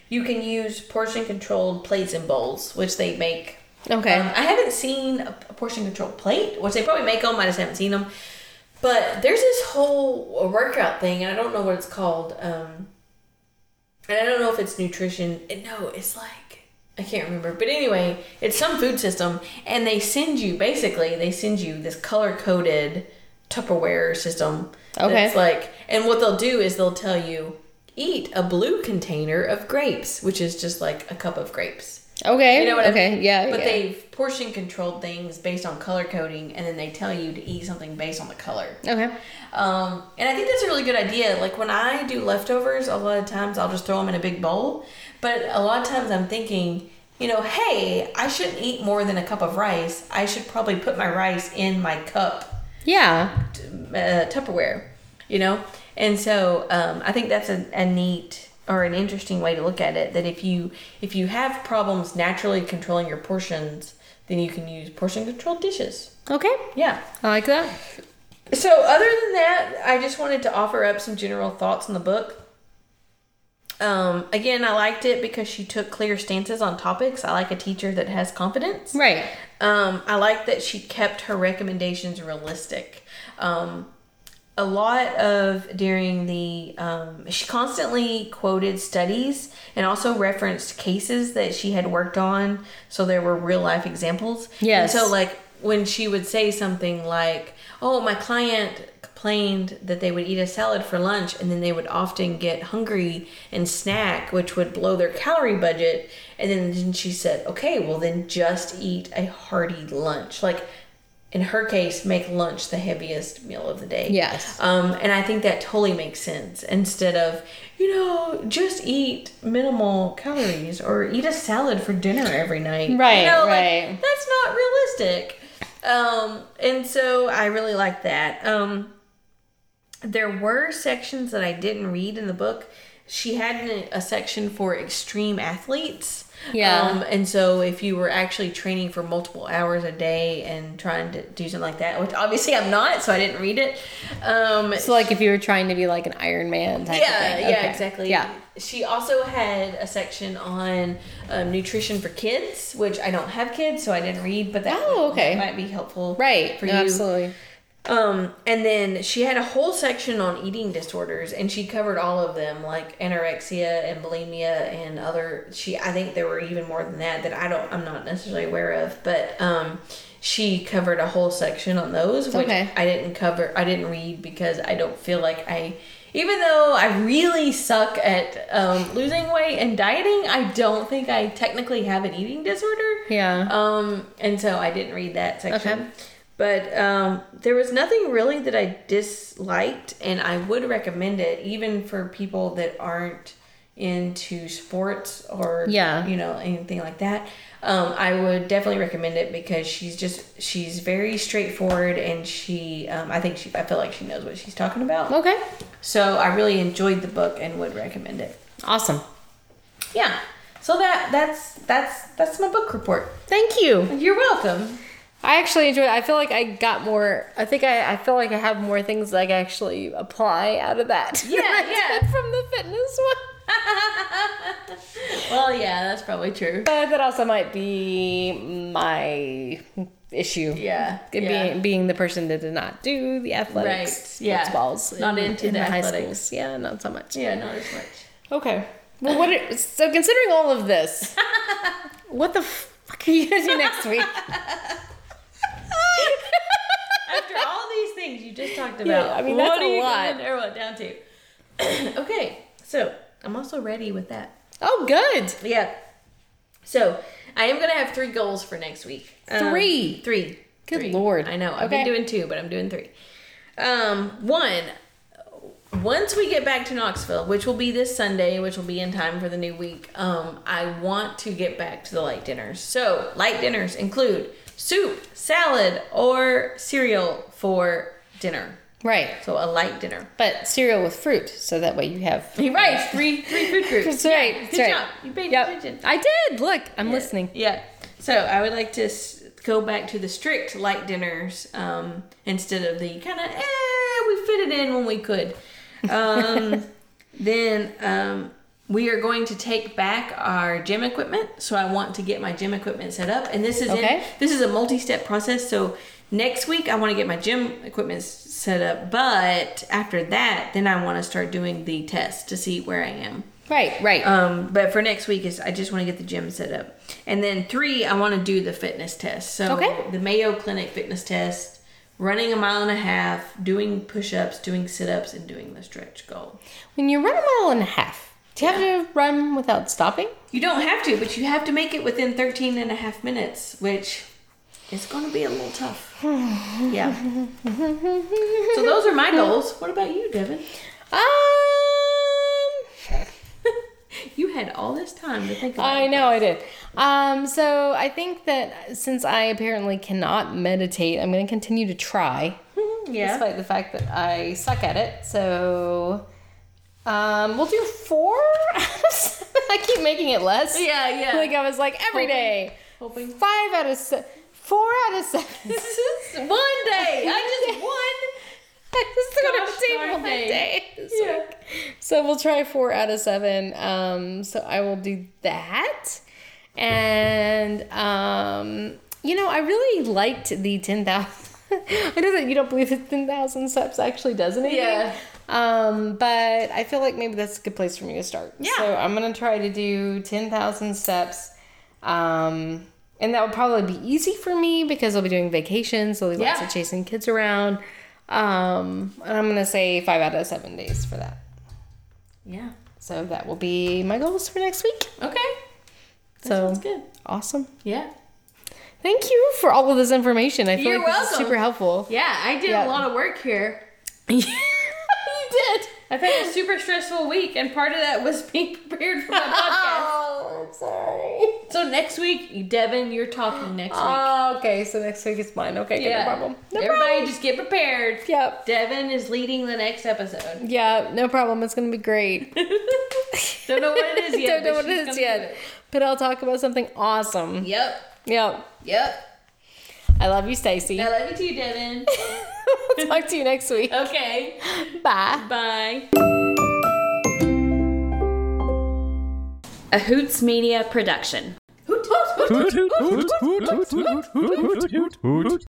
A: you can use portion controlled plates and bowls, which they make.
B: Okay.
A: Um, I haven't seen a a portion controlled plate, which they probably make them. I just haven't seen them. But there's this whole workout thing, and I don't know what it's called. Um, and I don't know if it's nutrition. and No, it's like I can't remember. But anyway, it's some food system, and they send you basically they send you this color coded Tupperware system.
B: Okay.
A: It's like, and what they'll do is they'll tell you eat a blue container of grapes, which is just like a cup of grapes.
B: Okay.
A: You know what I
B: okay.
A: mean?
B: Yeah.
A: But
B: yeah.
A: they've portion controlled things based on color coding, and then they tell you to eat something based on the color.
B: Okay.
A: Um, and I think that's a really good idea. Like when I do leftovers, a lot of times I'll just throw them in a big bowl. But a lot of times I'm thinking, you know, hey, I shouldn't eat more than a cup of rice. I should probably put my rice in my cup
B: Yeah.
A: t- uh, Tupperware, you know? And so um, I think that's a, a neat or an interesting way to look at it that if you if you have problems naturally controlling your portions then you can use portion controlled dishes
B: Okay.
A: yeah
B: I like that.
A: so, other than that, I just wanted to offer up some general thoughts on the book. Um, again, I liked it because she took clear stances on topics. I like a teacher that has confidence.
B: Right.
A: Um, I like that she kept her recommendations realistic. Um, a lot of during the um, she constantly quoted studies and also referenced cases that she had worked on so there were real life examples
B: Yes.
A: and so like when she would say something like oh my client complained that they would eat a salad for lunch and then they would often get hungry and snack which would blow their calorie budget and then, then she said okay well then just eat a hearty lunch like in her case make lunch the heaviest meal of the day
B: Yes.
A: um, and I think that totally makes sense instead of, you know, just eat minimal calories or eat a salad for dinner every night. You
B: Right,
A: know, like,
B: right.
A: that's not realistic. Um, and so I really like that. Um, there were sections that I didn't read in the book. She had an, a section for extreme athletes.
B: Yeah.
A: Um, and so if you were actually training for multiple hours a day and trying to do something like that, which obviously I'm not, so I didn't read it. Um,
B: So like if you were trying to be like an Iron Man type of
A: yeah,
B: thing.
A: yeah,
B: Okay.
A: exactly.
B: Yeah.
A: She also had a section on um, nutrition for kids, which I don't have kids, so I didn't read, but that
B: Oh, okay.
A: might be helpful.
B: Right.
A: For
B: No,
A: you.
B: Absolutely.
A: Um, and then she had a whole section on eating disorders, and she covered all of them, like anorexia and bulimia and other. She, I think there were even more than that that I don't, I'm not necessarily aware of, but um, she covered a whole section on those, which
B: Okay.
A: I didn't cover. I didn't read because I don't feel like I, even though I really suck at um, losing weight and dieting, I don't think I technically have an eating disorder.
B: Yeah.
A: Um, and so I didn't read that section.
B: Okay.
A: But um, there was nothing really that I disliked, and I would recommend it even for people that aren't into sports or
B: Yeah.
A: you know anything like that. Um, I would definitely recommend it because she's just she's very straightforward, and she um, I think she I feel like she knows what she's talking about.
B: Okay.
A: So I really enjoyed the book and would recommend it.
B: Awesome.
A: Yeah. So that that's that's that's my book report.
B: Thank you.
A: You're welcome.
B: I actually enjoy it. I feel like I got more. I think I, I feel like I have more things that I can actually apply out of that. (laughs)
A: Yeah,
B: than I
A: yeah.
B: did From the fitness one,
A: Well, yeah, that's probably true.
B: but Uh, that also might be my issue.
A: Yeah.
B: It Being, being the person that did not do the athletics,
A: Right, yeah.
B: sports balls,
A: Not into the athletics.
B: schools. Yeah, not so much.
A: yeah, not as much.
B: Okay. Well, what? Are, so considering all of
A: (laughs)
B: this, what the fuck are you gonna do next week?
A: After all these things you just talked
B: (laughs)
A: about,
B: Yeah, I
A: I
B: mean,
A: mean,
B: that's
A: what
B: a
A: are you
B: lot.
A: going to narrow it down to? (clears throat) okay, so I'm also ready with that.
B: Oh, good.
A: Yeah. So I am going to have three goals for next week. Um,
B: Three.
A: three.
B: Good
A: Three.
B: lord.
A: I know. I've been
B: Okay.
A: doing two, but I'm doing three. Um, one. Once we get back to Knoxville, which will be this Sunday, which will be in time for the new week, um, I want to get back to the light dinners. So light dinners include soup, salad, or cereal for dinner.
B: Right.
A: So a light dinner.
B: But cereal with fruit, so that way you have.
A: You're right. Three three food groups.
B: That's
A: (laughs) Yeah,
B: right.
A: good
B: that's
A: job.
B: right.
A: You paid
B: Yep.
A: attention.
B: I did. Look, I'm listening.
A: Yeah. So I would like to s- go back to the strict light dinners um, instead of the kind of eh, fit it in when we could. Um, then um, we are going to take back our gym equipment. So I want to get my gym equipment set up, and this is in,
B: Okay.
A: this is a multi-step process. So next week I want to get my gym equipment s- set up, but after that, then I want to start doing the test to see where I am.
B: Right, right.
A: Um, but for next week is I just want to get the gym set up, and then three I want to do the fitness test. So
B: Okay.
A: the Mayo Clinic fitness test, running a mile and a half, doing push-ups, doing sit-ups, and doing the stretch goal.
B: when you run a mile and a half, do you have to run without
A: (laughs)
B: stopping?
A: You don't have to, but you have to make it within 13 and a half minutes, which is going to be a
B: (sighs)
A: little tough. Yeah. so those are my goals. What about you, Devin? (laughs)
B: Um,
A: You had all this time to think about.
B: I know I did. Um, so I think that since I apparently cannot meditate, I'm going to continue to try,
A: Yeah.
B: despite the fact that I suck at it. So um, we'll do four. (laughs) I keep making it less.
A: Yeah, yeah.
B: Like I was like every day,
A: Hoping. (laughs)
B: five out of se- four out of seven.
A: This (laughs) is one day.
B: (laughs)
A: I just one.
B: I just threw
A: Gosh
B: it
A: darn
B: on the table that
A: thing.
B: day. this
A: Yeah.
B: week. So we'll try four out of seven. Um, so I will do that. And um, you know, I really liked the ten thousand. (laughs) I know that you don't believe that ten thousand steps actually does anything.
A: Yeah.
B: Um, but I feel like maybe that's a good place for me to start.
A: Yeah.
B: So I'm gonna try to do ten thousand steps. Um, and that would probably be easy for me because I'll be doing vacations. There'll be lots
A: Yeah.
B: of chasing kids around. Um, and I'm gonna say five out of seven days for that.
A: Yeah.
B: So that will be my goals for next week.
A: Okay. That
B: So-
A: sounds good.
B: Awesome.
A: Yeah.
B: Thank you for all of this information. I feel
A: You're
B: like this is
A: welcome.
B: super helpful.
A: Yeah, I did
B: Yeah.
A: a lot of work here.
B: (laughs)
A: (laughs)
B: you did.
A: I've had a super stressful week, and part of that was (laughs) being prepared for my podcast.
B: Oh, I'm sorry. (laughs)
A: So next week, Devin, you're talking next week.
B: Oh, okay. So next week is mine. Okay, yeah. no problem. No
A: Everybody
B: problem.
A: just get prepared.
B: Yep.
A: Devin is leading the
B: (laughs)
A: next episode.
B: Yeah, no problem. It's gonna be great.
A: (laughs) Don't know what it is yet.
B: Don't know
A: but
B: what
A: she's
B: it is
A: gonna
B: yet.
A: do it.
B: But I'll talk about something awesome.
A: Yep.
B: Yep.
A: Yep.
B: I love you, Stacy. (laughs)
A: I love you too, Devin.
B: we'll talk to you next
A: (laughs)
B: week.
A: Okay.
B: Bye.
A: Bye. A Hoots Media production.
E: hoot hoot hoot hoot hoot hoot hoot hoot hoot hoot